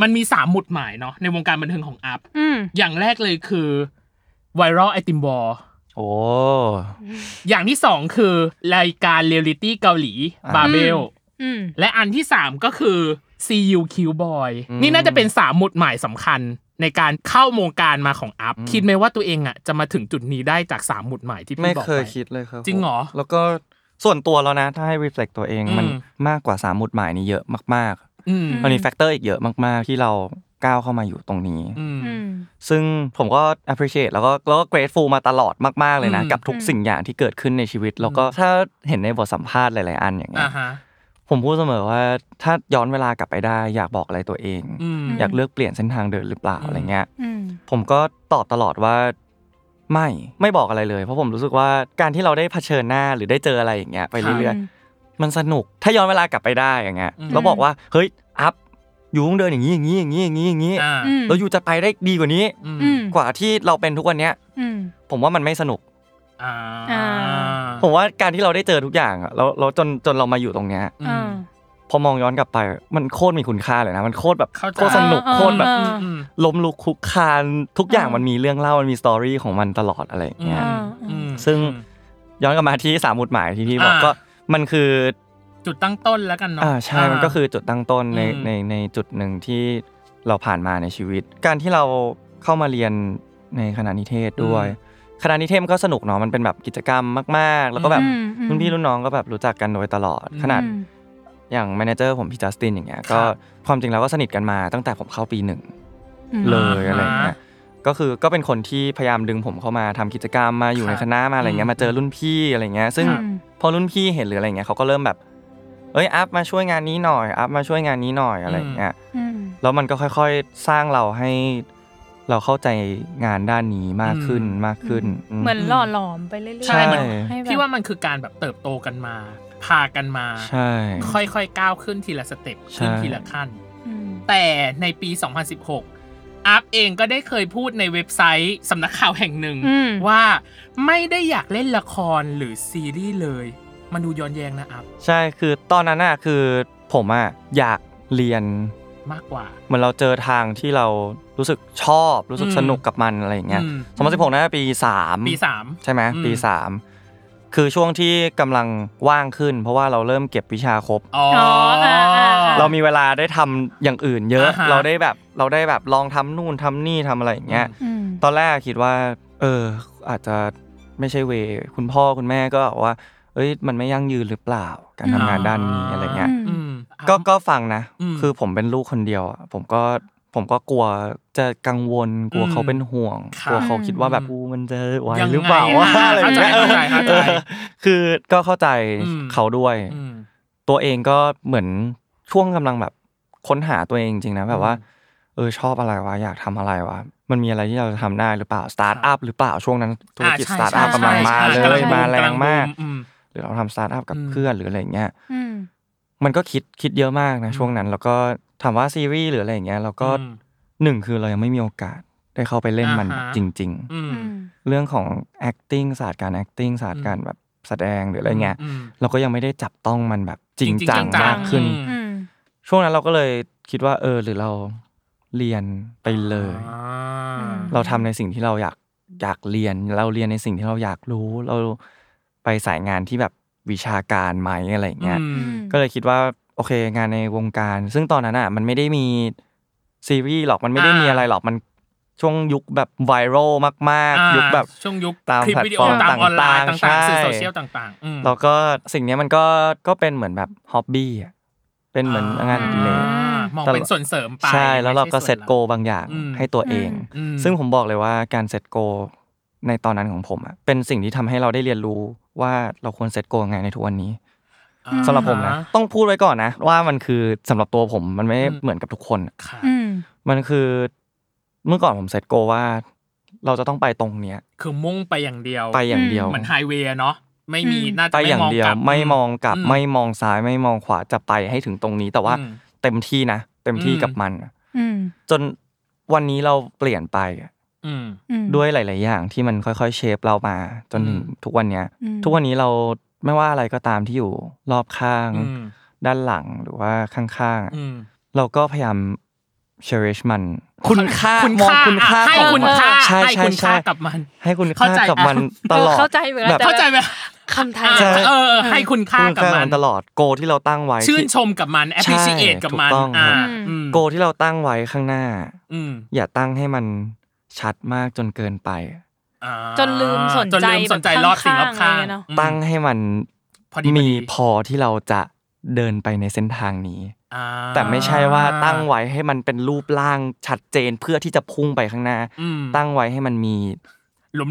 มันมีสามหมุดหมายเนาะในวงการบันเทิงของอัพ อืม อย่างแรกเลยคือไวรัลไอติมบอล โอ้ อย่างที่สองคือรายการเรียลลิตี้เกาหลี อ่า บาเบล อืม และอันที่สามก็คือ CUQ Boy อืม นี่น่าจะเป็นสามหมุดหมายสำคัญในการเข้าวงการมาของอัพ อืม คิดไหมว่าตัวเองอ่ะจะมาถึงจุดนี้ได้จากสามหมุดหมายที่ ไม่ พี่บอก เค ไป ยคิดเลยครับ จริงเหรอ ผมแล้วก็ส่วนตัวแล้วนะ ถ้าให้ reflect ตัวเอง อืม มันมากกว่าสามหมุดหมายนี้เยอะมาก อืม ๆมันมีแฟกเตอร์อีกเยอะมากๆ ที่เราก้าวเข้ามาอยู่ตรงนี้ อืม อืม ซึ่งผมก็ appreciate แล้วก็แล้วก็ grateful มาตลอดมากๆเลยนะ อืม กับทุกสิ่งอย่างที่เกิดขึ้นในชีวิต แล้วก็ถ้าเห็นในบทสัมภาษณ์หลายๆอันอย่างเงี้ อ่าย ฮะ ผมพูดเสมอว่าถ้าย้อนเวลากลับไปได้อยากบอกอะไรตัวเอง อืม อยากเลือกเปลี่ยนเส้นทางเดินหรือเปล่า อืม อะไรเงี้ย อืม ผมก็ตอบตลอดว่าไม่ไม่บอกอะไรเลย เพราะผมรู้สึกว่าการที่เราได้เผชิญหน้าหรือได้เจออะไรอย่างเงี้ยไปเรื่อยๆมันสนุกถ้าย้อนเวลากลับไปได้อย่างเงี้ย อืม แล้วบอกว่าเฮ้ยอัพอยู่ต้องเดินอย่างนี้อย่างนี้อย่างนี้อย่างนี้อย่างนี้ อ่า อืม แล้วอยู่จะไปได้ดีกว่านี้ อืม อืม กว่าที่เราเป็นทุกวันเนี้ย อืม ผมว่ามันไม่สนุก อ่า อ่า ผมว่าการที่เราได้เจอทุกอย่างอะแล้วแล้วจนจนเรามาอยู่ตรงเนี้ย อื อ่า ม พอมองย้อนกลับไป มันโคตรมีคุณค่าเลยนะมันโคตรแบบ เข้าใจ โคตรสนุก อ่า โคตรแบบ อืมอืม ล้มลุกคลุกคลานทุกอย่าง อ่ามั มันมีเรื่องเล่ามันมีสตอรี่ของมันตลอดอะไรอย่างเงี้ย อ่า อืม ซึ่ง ย้อนกลับมาที่สามหมุดหมายที่พี่บอก อ่า ก็มันคือ จุดตั้งต้นแล้วกันเนาะ อ่าใช่มันก็คือจุดตั้งต้นใน อืม ในในจุดหนึ่งที่เราผ่านมาในชีวิต การที่เราเข้ามาเรียนในคณะนิเทศด้วย คณะนิเทศมันก็สนุกเนาะมันเป็นแบบกิจกรรมมากๆ แล้วก็แบบ อืมอืม รุ่นพี่รุ่นน้องก็แบบรู้จักกันโดยตลอดขนาด อืม อย่างแมเนเจอร์ผมพี่จัสตินอย่างเงี้ยก็ ครับ ความจริงแล้วก็สนิทกันมาตั้งแต่ผมเข้าปีหนึ่ง อืม เลยอะไรอย่างเงี้ยก็คือก็เป็นคนที่พยายามดึงผมเข้ามาทำกิจกรรมมาอยู่ใน ครับ คณะมาอะไรเงี้ยมาเจอรุ่นพี่อะไรเงี้ยซึ่ง ครับ พอรุ่นพี่เห็นหรืออะไรเงี้ยเขาก็เริ่มแบบเอ้ยอัพมาช่วยงานนี้หน่อยอัพมาช่วยงานนี้หน่อยอะไรอย่างเงี้ย อืม แล้วมันก็ค่อยๆสร้างเราให้เราเข้าใจงานด้านนี้มากขึ้นมากขึ้นอืม เหมือนหล่อหลอมไปเรื่อยๆ ใช่มัน ให้แบบ พี่ว่ามันคือการแบบเติบโตกันมา พากันมา ใช่ ค่อยๆก้าวขึ้นทีละสเต็ป ใช่ ขึ้นทีละขั้น อืม แต่ในปี 2016อัพเองก็ได้เคยพูดในเว็บไซต์สำนักข่าวแห่งหนึ่ง อืม ว่าไม่ได้อยากเล่นละครหรือซีรีส์เลย มันดูย้อนแย้งนะอัพ ใช่คือตอนนั้นน่ะคือผมอ่ะอยากเรียน มากกว่า เหมือนเราเจอทางที่เรารู้สึกชอบรู้สึก อืม สนุกกับมันอะไรอย่างเงี้ย อืม สองพันสิบหกน่าจะปีสาม ปีสาม ใช่ไหม อืม ปีสามคือช่วงที่กำลังว่างขึ้น เพราะว่าเราเริ่มเก็บวิชาครบ อ๋อ อ่าอ่าอ่า เรามีเวลาได้ทำอย่างอื่นเยอะ อ่าฮะ เราได้แบบเราได้แบบลองทำนู่นทำนี่ทำอะไรอย่างเงี้ย อืม ตอนแรกคิดว่า เออ อาจจะไม่ใช่เวคุณพ่อคุณแม่ก็บอกว่า เอ้ยมันไม่ยั่งยืนหรือเปล่า การทำงานด้านนี้อะไรเงี้ย อืม ก็ก็ฟังนะ อืม คือผมเป็นลูกคนเดียวอะผมก็ ผมก็กลัวจะกังวล กลัว อืม เขาเป็นห่วง ค่ะ กลัวเขาคิดว่าแบบ อืม กูมันจะไหว ยัง หรือเปล่า ไง วะ อ่ อะไรอ เข้า ย่าง ใจ เงี้ย เข้าใจเข้า เอ ใจ อคือก็เข้าใจ อืม เขาด้วย อืม ตัวเองก็เหมือนช่วงกำลังแบบค้นหาตัวเองจริงๆนะแบบว่า เออชอบอะไรวะอยากทำอะไรวะมันมีอะไรที่เราจะทำได้หรือเปล่าสตาร์ทอัพหรือเปล่าช่วงนั้นธุรกิจ อ่าใช่สตาร์ทอัพ ใช่ กำลังมา ใช่ เล กำลั ย งบูม มาแรงมาก กำลังบูมอืม หรือเราทำสตาร์ทอัพกับ อืม เพื่อนหรืออะไรเงี้ย อืม มันก็คิดคิดเยอะมากนะช่วงนั้น แล้วก็ถามว่าซีรีส์หรืออะไรอย่างเงี้ยเราก็ อืม หนึ่งคือเรายังไม่มีโอกาสได้เข้าไปเล่นมัน อ่าฮะ จริง อืม อืม ๆ เรื่องของ acting ศาสตร์การ acting ศาสตร์การแบบแสดงหรืออะไรเงี้ย อืม เราก็ยังไม่ได้จับต้องมันแบบจริง จริงๆ จัง จังๆ มากขึ้น อืม อืม ช่วงนั้นเราก็เลยคิดว่าเออหรือเราเรียนไปเลย อ่า เราทำในสิ่งที่เราอยากอยากเรียน เราเรียนในสิ่งที่เราอยากรู้ เราไปสายงานที่แบบวิชาการไหมอะไรอย่างเงี้ย อืม ก็เลยคิดว่าโอเคงานในวงการ ซึ่งตอนนั้นอ่ะมันไม่ได้มีซีรีส์หรอกมันไม่ได้ อ่ามี มีอะไรหรอกมันช่วงยุคแบบไวรัลมาก อ่า ๆ ยุคแบบ ช่วงยุค ตาม คลิป แพลต วิดี ฟ โอ อร์ม ตามออนไล ต่า น์ งๆ ต่างๆสื่อ ใช่ โซเชียลต่างๆอืม แล้วก็สิ่งเนี้ยมันก็ก็เป็นเหมือนแบบฮ็อบบี้อ่ะเป็นเหมือนงานอดิเรก อ่ามองเป็นส่วนเสริมไป ใช่แล้วเราก็ ไม่ เซ ใช่วนหตลั โกบางอย่าง อืม ให้ตัวเอง อืม ซึ่งผมบอกเลยว่าการเซตโกในตอนนั้นของผมอะเป็นสิ่งที่ทำให้เราได้เรียนรู้ว่าเราควรเซตโกยังไงในทุกวันนี้ อ่า สำหรับผมนะต้องพูดไว้ก่อนนะ ว่ามันคือสำหรับตัวผมมันไม่ได้ อืม เหมือนกับทุกคนอะ ค่ะ อืม มันคือเมื่อก่อนผมเซตโกว่า เราจะต้องไปตรงเนี้ย คือมุ่งไปอย่างเดียว ไปอย่างเดียว เหมือนไฮเวย์เนาะไม่มี อืม น่าจะ ไปอย่างเดียวไม่มองกลับ อื ไม่มองซ้ายไม่มองขวาจะไปให้ถึงตรงนี้ แต่ว่า อืม เต็มที่นะเต็มที่ อืม กับมันอะ อืม จนวันนี้เราเปลี่ยนไปอะ อืม อืม ด้วยหลาย ๆ อย่างที่มันค่อย ๆ เชฟเรามาจนถึง อืม ทุกวันเนี้ย อืม ทุกวันนี้เราไม่ว่าอะไรก็ตามที่อยู่รอบข้าง อืม ด้านหลังหรือว่าข้าง ๆอะ อืม เราก็พยายาม cherish มัน คุณค่า คุณ มอง ค่า คุณค่า อ่ะให้คุณค่าของมันใช่ ให้คุณค่าใช่ใช่ กับมัน ให้คุณ เข้า ค่า ใจ กับมัน อ่ะ ตลอด เข้าใจเวลา แบบ จะ เข้าใจไหม คำไทย อ่า อะ เออให้คุณค่า คุณ กับ ค่ากับ มั มัน นตลอดโกที่เราตั้งไว้ ชื่น ที่ ชมกับมัน appreciate กับมัน ถูกต้อง อ่า ครับ อืม โกที่เราตั้งไว้ข้างหน้า อืม อย่าตั้งให้มันชัดมากจนเกินไป อ่า จนลืมสน จน ใจ ลืมสนใจ แบบ รอบสิ่งรอบข้าง ข้างๆอะไรเนอะ อืม ตั้งให้มัน พอดีพอดี มีพอที่เราจะเดินไปในเส้นทางนี้ อ่า แต่ไม่ใช่ว่าตั้งไว้ให้มันเป็นรูปร่างชัดเจนเพื่อที่จะพุ่งไปข้างหน้า อืม ตั้งไว้ให้มันมี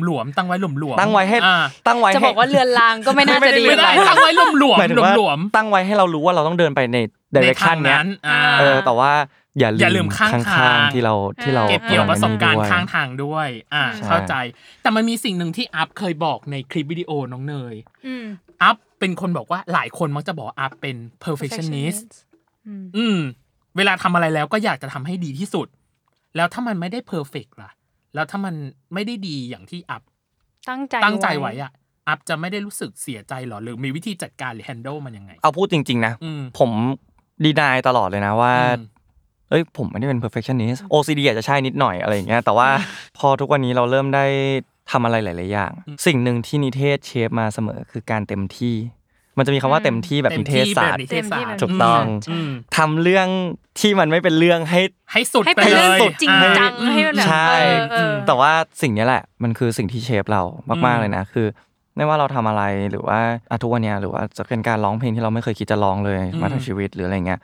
หลวมๆตั้งไว้หลวมๆ ตั้งไว้ให้ อ่า ตั้งไว้ จะบอกว่าเรือนรางก็ไม่น่าจะดี ไม่ อะไร ได้ตั้งไว้หลวม หมายถึงว่า ๆหลวม ตั้งไว้ให้เรารู้ว่าเราต้องเดินไปใน ๆ เดเรคชันเนี้ย ใทางอ่า เออแต่ว่าอย่า อย่าลื ลื มข้างทาง ข้างๆที่เราที่เรา เก็บเกี่ยวประสบการณ์ ำลั ข้าง นี่ด้วย ทางด้วย อ่า ใช่ เข้าใจ แต่มันมีสิ่งหนึ่งที่อัพเคยบอกในคลิปวิดีโอน้องเนย อืม อัพเป็นคนบอกว่าหลายคนมักจะบอกว่าอัพเป็น perfectionist อืม อืม เวลาทำอะไรแล้วก็อยากจะทำให้ดีที่สุด แล้วถ้ามันไม่ได้ perfect ล่ะ แล้วถ้ามันไม่ได้ดีอย่างที่อัพ ตั้งใจ ตั้งใจไว้อ่ะ อัพจะไม่ได้รู้สึกเสียใจหรอ หรือมีวิธีจัดการหรือ handle มันยังไง เอาพูดจริง ๆ นะ อืม ผมดีนายตลอดเลยนะว่า อืม เอ้ยผมไม่ได้เป็น perfectionist OCD อาจจะใช่นิดหน่อยอะไรอย่างเงี้ยแต่ว่าพอทุกวันนี้เราเริ่มได้ทำอะไรหลาย ๆ อย่าง สิ่งหนึ่งที่นิเทศเชฟมาเสมอคือการเต็มที่ มันจะมีคำว่าเต็มที่แบบนิเทศศาสตร์ เต็มที่แบบนิเทศศาสตร์ ถูกต้อง อืม ทำเรื่องที่มันไม่เป็นเรื่องให้ ให้สุด ให้ ไป เป็น เล เรื่อง ย จริงจัง อ่า ให้มันแบบ ใช่ เออเออ แต่ว่าสิ่งเนี้ยแหละ มันคือสิ่งที่เชฟเรามาก อืมๆเลยนะ คือ ไม่ว่าเราทำอะไรหรือว่าอ่ะทุกวันเนี้ยหรือว่าจะเป็นการร้องเพลงที่เราไม่เคยคิดจะร้องเลยมาทั้งชีวิตหรืออะไรเงี้ย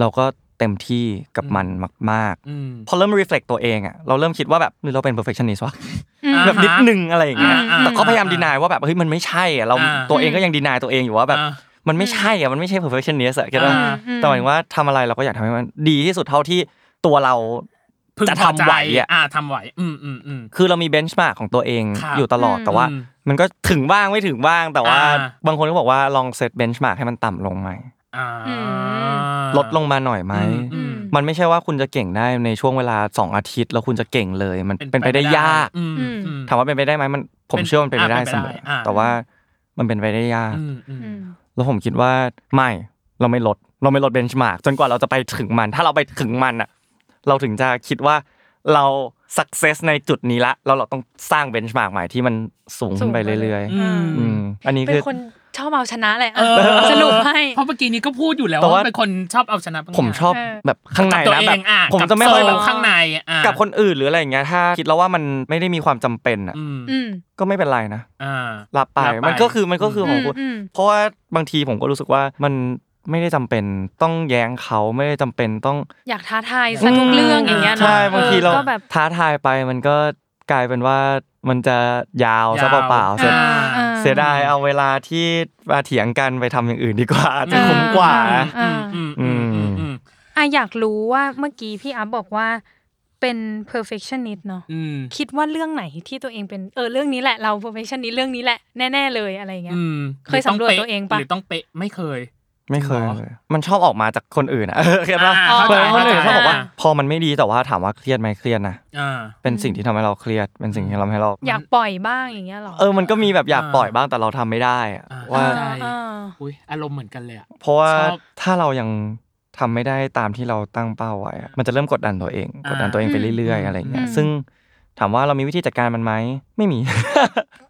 เราก็เต็มที่กับมันมาก ๆ อืม พอเริ่ม reflect ตัวเองอะเราเริ่มคิดว่าแบบหรือเราเป็น perfectionist วะ อืม แบบนิดนึงอะไรอย่างเงี้ย อ่า แต่ก็พยายาม อ่า ดีนายว่าแบบเฮ้ยมันไม่ใช่อะเรา อ่า ตัวเองก็ยังดีนายตัวเองอยู่ว่าแบบ อ่า มันไม่ใช่อะมันไม่ใช่ perfectionist อะแค่นั้น อ่า แต่หมายถึงว่าทำอะไรเราก็อยากทำให้มันดีที่สุดเท่าที่ตัวเรา ึง จะ พ ทำ อจ ไหวอะ อ่าทำไหว อืมอืมอืม คือเรามี benchmark ของตัวเอง ครับ อยู่ตลอด อืม แต่ว่า อืม มันก็ถึงบ้างไม่ถึงบ้างแต่ว่า อ่า บางคนก็บอกว่าลอง set benchmark ให้มันต่ำลงไหม อ่า อืม ลดลงมาหน่อยไหม อืม อืม มันไม่ใช่ว่าคุณจะเก่งได้ในช่วงเวลา 2 อาทิตย์ แล้วคุณจะเก่งเลย มันเป็นไปได้ยาก อืมอืม ถามว่าเป็นไปได้ไหมมันผม เป็น เชื่อว่ามันเป็นไปได้ อ่ะเป็ เส นไป ม ได้ อ อ่ะ แต่ว่ามันเป็นไปได้ยาก อืมอืม อืม แล้วผมคิดว่าไม่เราไม่ลด เราไม่ลดเบนช์มาร์กจนกว่าเราจะไปถึงมัน ถ้าเราไปถึงมันอ่ะ เราถึงจะคิดว่าเราสักเซสในจุดนี้ละแล้วเราต้องสร้างเบนช์มาร์กใหม่ที่มันสูงขึ้นไปเรื่อย อืม ๆอืมอันนี้ เป็ คื น อ คนชอบเอาชนะแหละ เออ สรุปให้ เพราะเมื่อกี้นี้ก็พูดอยู่แล้ว แต่ว่า ว่าเป็นคนชอบเอาชนะบางย่าง ผมชอบ เออ แบบข้างใน กับตัว นะ เอ แบบ งอ่ะ ผมจะไม่ กับ ค่อย โซ่ แบบ ข้างในอ่ะ กับคนอื่นหรืออะไรอย่างเงี้ยถ้าคิดแล้วว่ามันไม่ได้มีความจำเป็นอ่ะ อืม อืม ก็ไม่เป็นไรนะ อ่า รับไป รับไป มันก็คือมันก็คืออ ม ของคุณ อืม เพราะว่าบางทีผมก็รู้สึกว่ามัน ไม่ได้จำเป็นต้องแย้งเขาไม่ได้จำเป็นต้อง อยากท้าทายสักทุกเรื่องอย่างเงี้ยเนอะ ใช่บางทีเรา ออก็แบบ ท้าทายไปมันก็กลายเป็นว่ามันจะยาวซะ ยาว เปล่าๆเสีย อ่า อ่ เสียดายเอาเวลาที่มาเถียงกันไปทำอย่างอื่นดีกว่าจะคุ้มกว่า อ่า อืมอืมอืมอืม อ่ะอยากรู้ว่าเมื่อกี้พี่อัพบอกว่าเป็น perfectionist เนอะ อืม คิดว่าเรื่องไหนที่ตัวเองเป็นเออเรื่องนี้แหละเรา perfectionist เรื่องนี้แหละแน่ๆเลยอะไรอย่างเงี้ย อืม เคยสำรวจตัวเองปะ หรือต้องเป๊ะไม่เคย ไม่เคย จริงเหรอ เลยมันชอบออกมาจากคนอื่นอ่ะเอ (laughs) อเข้าใจปะ อ่า เออคนอื่น เข้าใจ เขาบอกว่า อ่า พอมันไม่ดีแต่ว่าถามว่าเครียดไหมเครียดนะ อ่า เป็นสิ่งที่ทำให้เราเครียดเป็นสิ่งที่ทำให้เรา อยากปล่อยบ้างอย่างเงี้ยหรอ เออมันก็มีแบบอยาก อ่า ปล่อยบ้างแต่เราทำไม่ได้อะ อ่า ว่า ใช่ อ่า อุ้ยอารมณ์เหมือนกันเลยอ่ะ เพราะว่า ชอบ ถ้าเรายังทำไม่ได้ตามที่เราตั้งเป้าไว้อะมันจะเริ่มกดดันตัวเอง อ่าก กดดันตัวเองไปเรื่อย อื ๆ ม อะไรเงี้ย อืม ซึ่งถามว่าเรามีวิธีจัดการมันไหมไม่มี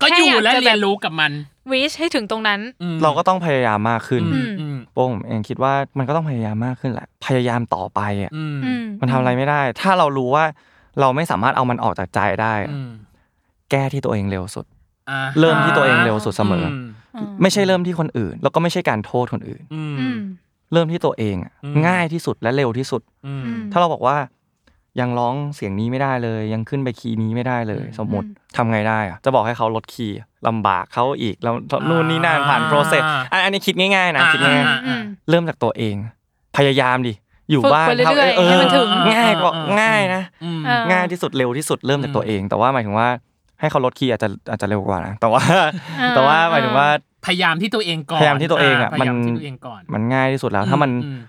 ก็ แค่ อยู่ อยาก และ จะแบบ เรียนรู้กับมัน วิชให้ถึงตรงนั้น อืม เราก็ต้องพยายามมากขึ้น อืมอืม โป้งเองคิดว่ามันก็ต้องพยายามมากขึ้นแหละพยายามต่อไปอะ อืม อืม มันทำอะไรไม่ได้ ถ้าเรารู้ว่าเราไม่สามารถเอามันออกจากใจได้ อืม แก้ที่ตัวเองเร็วสุด อ่า เริ่มที่ตัวเองเร็วสุดเสมออ อ่า ไม่ใช่เริ่มที่คนอื่น แล้วก็ไม่ใช่การโทษคนอื่น อืม อื อืม ม เริ่มที่ตัวเองอะ อืม ง่ายที่สุดและเร็วที่สุด อืม อืม ถ้าเราบอกว่ายังร้องเสียงนี้ไม่ได้เลย ยังขึ้นไปคีย์นี้ไม่ได้เลย อืม สมมติ อืม ทำไงได้อะจะบอกให้เขาลดคีย์ลำบากเขาอีกแล้วนู่นนี่นั่นผ่าน อ่า โปรเซสอันอันนี้คิดง่ายๆนะ อ่า คิดง่าย อ่า อืม ๆเริ่มจากตัวเอง พยายามดิอยู่ ฝึก บ้าน ไปเรื่อยๆ ทำเอ ให้ อ มันถึง ง่ายกว่าง่ายนะ อืม เออ ง่ายที่สุดเร็วที่สุดเริ่มจาก อืม ตัวเอง แต่ว่าหมายถึงว่าให้เขาลดคีย์อาจจะอาจจะเร็วกว่านะแต่ว่า แต่ว่าหมายถึงว่า พยายามที่ตัวเองก่อน พยายามที่ตัวเองอะ พยายาม มัน ที่ตัวเองก่อน มันง่ายที่สุดแล้ว ถ้ามัน อืม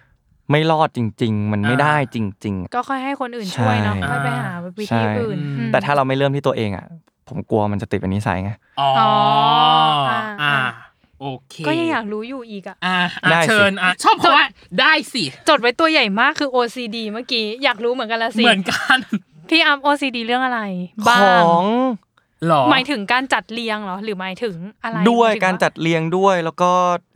ไม่รอดจริง ๆ มันไม่ได้จริง ๆ ก็ค่อยให้คนอื่นช่วยเนาะ ใช่ ค่อยไปหาวิ ใช่ ธีอื่น อืม อืม แต่ถ้าเราไม่เริ่มที่ตัวเองอ่ะ ผมกลัวมันจะติดเป็นนิสัยไง อ๋อ อ๋ออ่า อ่าโอเค ก็ยังอยากรู้อยู่อีกอะ อ่าอ่า ได้สิ เชิญอ่ะชอบเพราะว่าได้สิ จดไว้ตัวใหญ่มากคือ OCD เมื่อกี้อยากรู้เหมือนกันละสิ เหมือนกัน พี่อัพ OCD เรื่องอะไรบ้า ข ง อง หรอ หมายถึงการจัดเรียงเหรอ หรือหมายถึงอะไร ด้วย หมถึง การจัดเรียงด้วยแล้วก็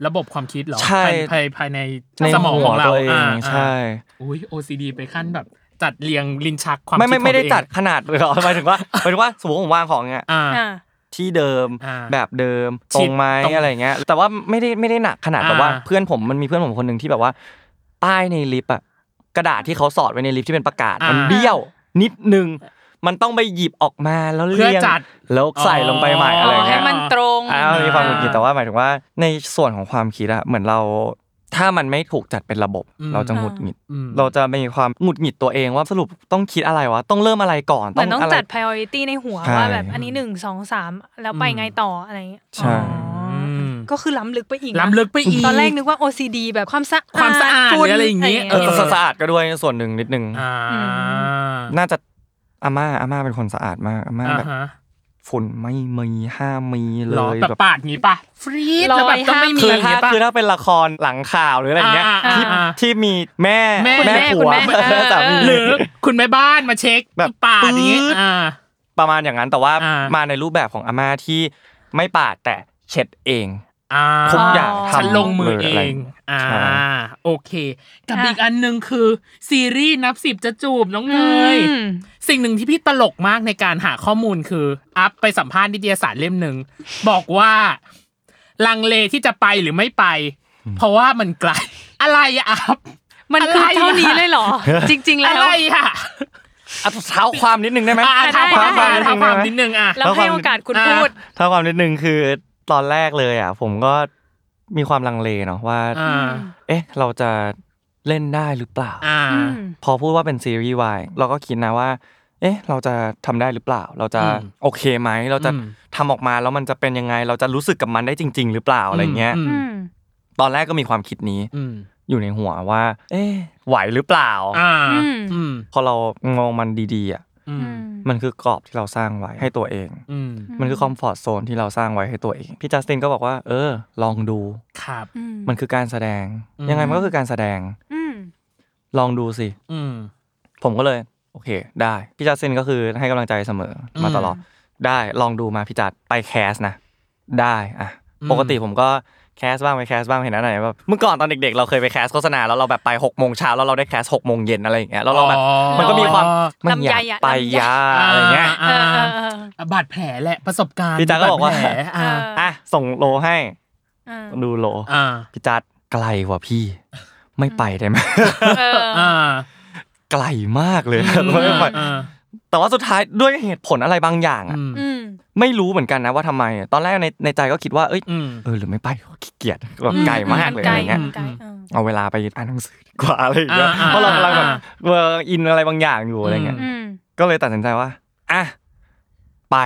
ระบบความคิดเหรอ ใช่ ภายภายภายใน ใน สมอง หั ข ว องเรา ตัวเอง อ่า ใช่ อุ้ย OCD ไปขั้นแบบ จัดเรียงลินชักความ ไม่ไม่ คิ ไม่ได้ ของตัวเอง จัดขนาดเลยหรอ (laughs) หมายถึงว่าหมายถึงว่าสมมติผมวางของเนี่ย อ่า อ่า ที่เดิม อ่า แบบเดิม ชิด ตรงไหม ตรง อะไรเงี้ย แต่ว่าไม่ได้ไม่ได้หนักขนาด อ่า แบบว่าเพื่อนผมมันมีเพื่อนผมคนหนึ่งที่แบบว่า ป้ายในลิฟต์อะกระดาษที่เขาสอดไว้ในลิฟต์ที่เป็นประกาศมันเบี้ยว นิดนึงมันต้องไปหยิบออกมาแล้ว เพื่อ เรียง จัด แล้วใส่ลงไปใหม่อะไร อ๋อ เงี้ ให้ ย มันตรง อ่ามีความหงุดหงิดแต่ว่าหมายถึงว่าในส่วนของความคิดอะเหมือนเรา ถ้ามันไม่ถูกจัดเป็นระบบ อืม เราจะหงุดหงิด อืม เราจะมีความหงุดหงิดตัวเองว่าสรุปต้องคิดอะไรวะ ต้องเริ่มอะไรก่อน เหมือนต้อง อะไร จัด priority ในหัว ใช่ ว่าแบบอันนี้หนึ่งสองสามแล้วไปไงต่ออะไรอย่างเงี้ย ใช่ อ๋ออ ม ก็คือล้ำลึกไปอีกนะ ล้ำลึกไปอีก ตอนแรกนึกว่า OCD แบบความสะอาด ความสะอาด ฝุ่น หรืออะไรอย่างเงี้ย เออสะสะอาดก็ด้วยส่วนหนึ่งนิดนึง อ่า น่าจะอาม่าอาม่าเป็นคนสะอาดมากอาม่า อ่า แบบ ฮะ ฝุ่นไม่มีห้ามมีเล หรอย แบบ แบบ ปาดงี้ป่ะฟรีดแล้วแบบก็ไม่มี คือ อย่าง ถ้า งี้ป่ะ คือถ้าเป็นละครหลังข่าวหรืออะไรอย่างเงี้ย อ่าอ่า ที่ อ่า ที่มีแม่ แม่ คุณแม่ ผั คุณ ว แม่เออ สามี หรือคุณแม่บ้านมาเช็ค แบบ ปาดอย่างงี้ ปื๊ด อ่า ประมาณอย่างนั้นแต่ว่า อ่าม มาในรูปแบบของอาม่าที่ไม่ปาดแต่เช็ดเอง อ่า ทุกอย่างทำ ฉันลงมือเอ เลยอะไร ง อ่า ใช่ โอเค กับ อ่ะ อีกอันหนึ่งคือ ซีรีส์นับสิบจะจูบน้อง อื เนย ม สิ่งหนึ่งที่พี่ตลกมากในการหาข้อมูลคือ อัพไปสัมภาษณ์นิตยสารเล่มหนึ่ง บอกว่า ลังเลที่จะไปหรือไม่ไป เพราะว่ามันไกล อะไรอะอัพ มันคืออะไร เท่านี้เลยเหรอ จริง ๆ แล้ อะ ว ไรอะ อ่ะเท้าความนิดนึงได้ไหม อ่า ได้ ท้าความ ได้ มาท้าความนิดนึงอ่ะ แล้วให้โอกาสคุณ อ่ะ พูด เท้าความนิดนึงคือตอนแรกเลยอ่ะ ผมก็มีความลังเลเนาะว่า อ่า เอ๊ะ เราจะเล่นได้หรือเปล่า อ่า อืม พอพูดว่าเป็นซีรีส์วายเราก็คิดนะว่า เอ๊ะ เราจะทำได้หรือเปล่า เราจะ อืม โอเคไหมเราจะ อืม ทำออกมาแล้วมันจะเป็นยังไง เราจะรู้สึกกับมันได้จริง ๆ หรือเปล่าอะไรเงี้ย ม อืม ตอนแรกก็มีความคิดนี้ อืม อยู่ในหัวว่า เอ๊ะไหวหรือเปล่า อ่า อืม อืม พอเรามองมันดีๆอ่ะ อื อื ม ม มันคือกรอบที่เราสร้างไว้ให้ตัวเอง อืม มันคือคอมฟอร์ทโซนที่เราสร้างไว้ให้ตัวเอง พี่จัสตินก็บอกว่า เออ ลองดู ครับ มันคือการแสดง อืม ยังไงมันก็คือการแสดง อืม ลองดูสิ อืม ผมก็เลย โอเค ได้ พี่จัสตินก็คือให้กำลังใจเสมออ ม มาตลอด ได้ ลองดูมาพี่จัดไปแคสนะ ได้อ่ะ อืม ปกติผมก็แคสบ้างไปแคสบ้างเห็นอะไรแบบ เมื่อก่อนตอนเด็กๆ เราเคยไปแคสโฆษณาแล้วเราแบบไป6กโมงเช้าแล้วเราได้แคส6กโมงเย็นอะไรอย่างเงี้ย แล้วเราแบบ อ๋อ มันก็มีความมันอลำยาก ไยอะ ไป ลำไย ยาอะไรเงี้ย เออเออเออ บาดแผลแหละประสบการณ์ พี่จ๊ะก็บอกดว่าแผลอ่า เออ อ่ะส่งโลให้ เออ ดูโล อ่า พี่จัด ไกลว่ะพี่ ไม่ไปได้ไหม เออ อ่า ไกลมากเลยนะไม่ไป อ่า แต่ว่าสุดท้ายด้วยเหตุผลอะไรบางอย่างอะ อืม อืม ไม่รู้เหมือนกันนะว่าทำไม ตอนแรกในในใจก็คิดว่าเอ้ย อืม เออหรือไม่ไปขี้เกียจแบบ อืม ไกลมากเลยอะไรเงี้ย อืม เอาเวลาไปอ่านหนังสือดีกว่า (laughs) อะไรอย่างเงี้ย อ่า เพราะเรากำลังแบบ อ่า เวอร์อินอะไรบางอย่างอยู่อะไรเงี้ย อื อืม ก็เลยตัดสินใจว่าอ่ะไป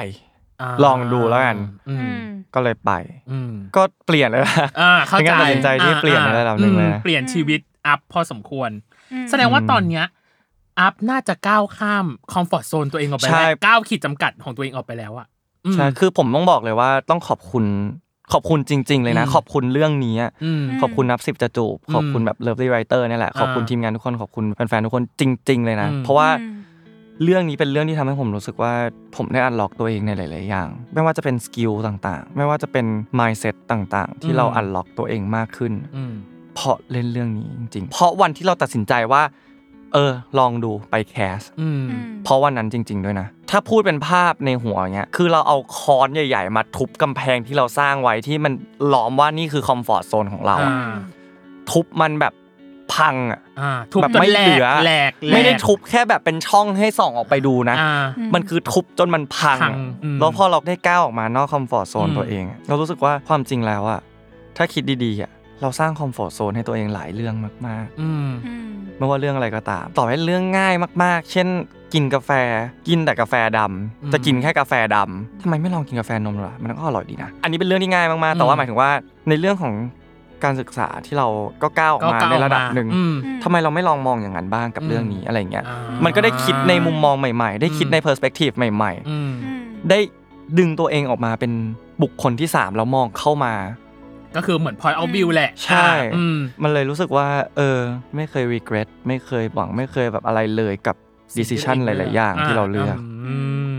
อา ลองดูแล้วกัน อืม อืม ก็เลยไป อืม ก็เปลี่ยนเลยนะ อ่าเข้าใจ เป็นการตัดสินใจที่เปลี่ยนในระดับหนึ่งเลยนะ อืมเปลี่ยนชีวิตอัพพอสมควร อืม แสดงว่าตอนเนี้ยอัพน่าจะก้าวข้ามคอมฟอร์ z โซนตัวเองออกไป ใช่ แล้วก้าวขีดจำกัดของตัวเองออกไปแล้วอะอืม ใช่คือผมต้องบอกเลยว่าต้องขอบคุณขอบคุณจริง ๆ เลยนะ อืม ขอบคุณเรื่องนี้อะ อืม ขอบคุณนับสิบจะจูบขอบคุณแบบเลิฟรีไรเตอร์นี่ยแหละ อ่า ขอบคุณทีมงานทุกคนขอบคุณแฟนๆทุกคนจริง ๆ เลยนะ อืม เพราะว่า อืม เรื่องนี้เป็นเรื่องที่ทำให้ผมรู้สึกว่าผมได้อันล็อกตัวเองในหลาย ๆ อย่าง ไม่ว่าจะเป็นสกิลต่างๆ ไม่ว่าจะเป็นมายเซ็ตต่างๆ ที่เราอันล็อกตัวเองมากขึ้น อืม เพราะเล่นเรื่องนี้จริงๆ เพราะวันที่เราตัดสินใจว่า เออ ลองดูไปแคส อืม อืม เพราะวันนั้นจริง ๆ ด้วยนะ ถ้าพูดเป็นภาพในหัวเงี้ย คือเราเอาค้อนใหญ่ ๆ มาทุบกำแพงที่เราสร้างไว้ที่มันล้อมว่านี่คือคอมฟอร์ตโซนของเราอะ อ่า ทุบมันแบบพังอะ อ่าทุบ แบบ จน ไม่ แหล เหลื ก อ แหลก ไม่ได้ทุบแค่แบบเป็นช่องให้ส่องออกไปดูนะ อ่า อืม มันคือทุบจนมันพัง พั อะ งอืม แล้วพอเราได้ก้าวออกมานอกคอมฟอร์ตโซน อืม ตัวเองอะเรารู้สึกว่าความจริงแล้วอะถ้าคิดดีๆอะเราสร้างคอมฟอร์ตโซนให้ตัวเองหลายเรื่องมากๆ อืม อืม ไม่ว่าเรื่องอะไรก็ตาม ต่อให้เรื่องง่ายมากๆ เช่น กินกาแฟ กินแต่กาแฟดำ อืม จะกินแค่กาแฟดำทำไมไม่ลองกินกาแฟนมดูล่ะ มันก็อร่อยดีนะ อันนี้เป็นเรื่องที่ง่ายมากๆ แต่ อื ว่าม หมายถึงว่าในเรื่องของการศึกษาที่เราก็ก้าวออกมา ก้ว ในระดับหนึ่ง อืม ทำไมเราไม่ลองมองอย่างนั้นบ้างกับ อืม เรื่องนี้อะไรเงี้ย อ่า มันก็ได้คิดในมุมมองใหม่ๆ ได้คิด อืม ในเพอร์สเปกทีฟใหม่ อืม อืม ๆ ได้ดึงตัวเองออกมาเป็นบุคคลที่สามแล้วมองเข้ามา ก็คือเหมือน point of view แหละ ใช่ อ่าอืม มันเลยรู้สึกว่า เออ ไม่เคย regret ไม่เคยหวังไม่เคยแบบอะไรเลยกับ decision หลาย ๆ อย่างที่เราเลือก อืม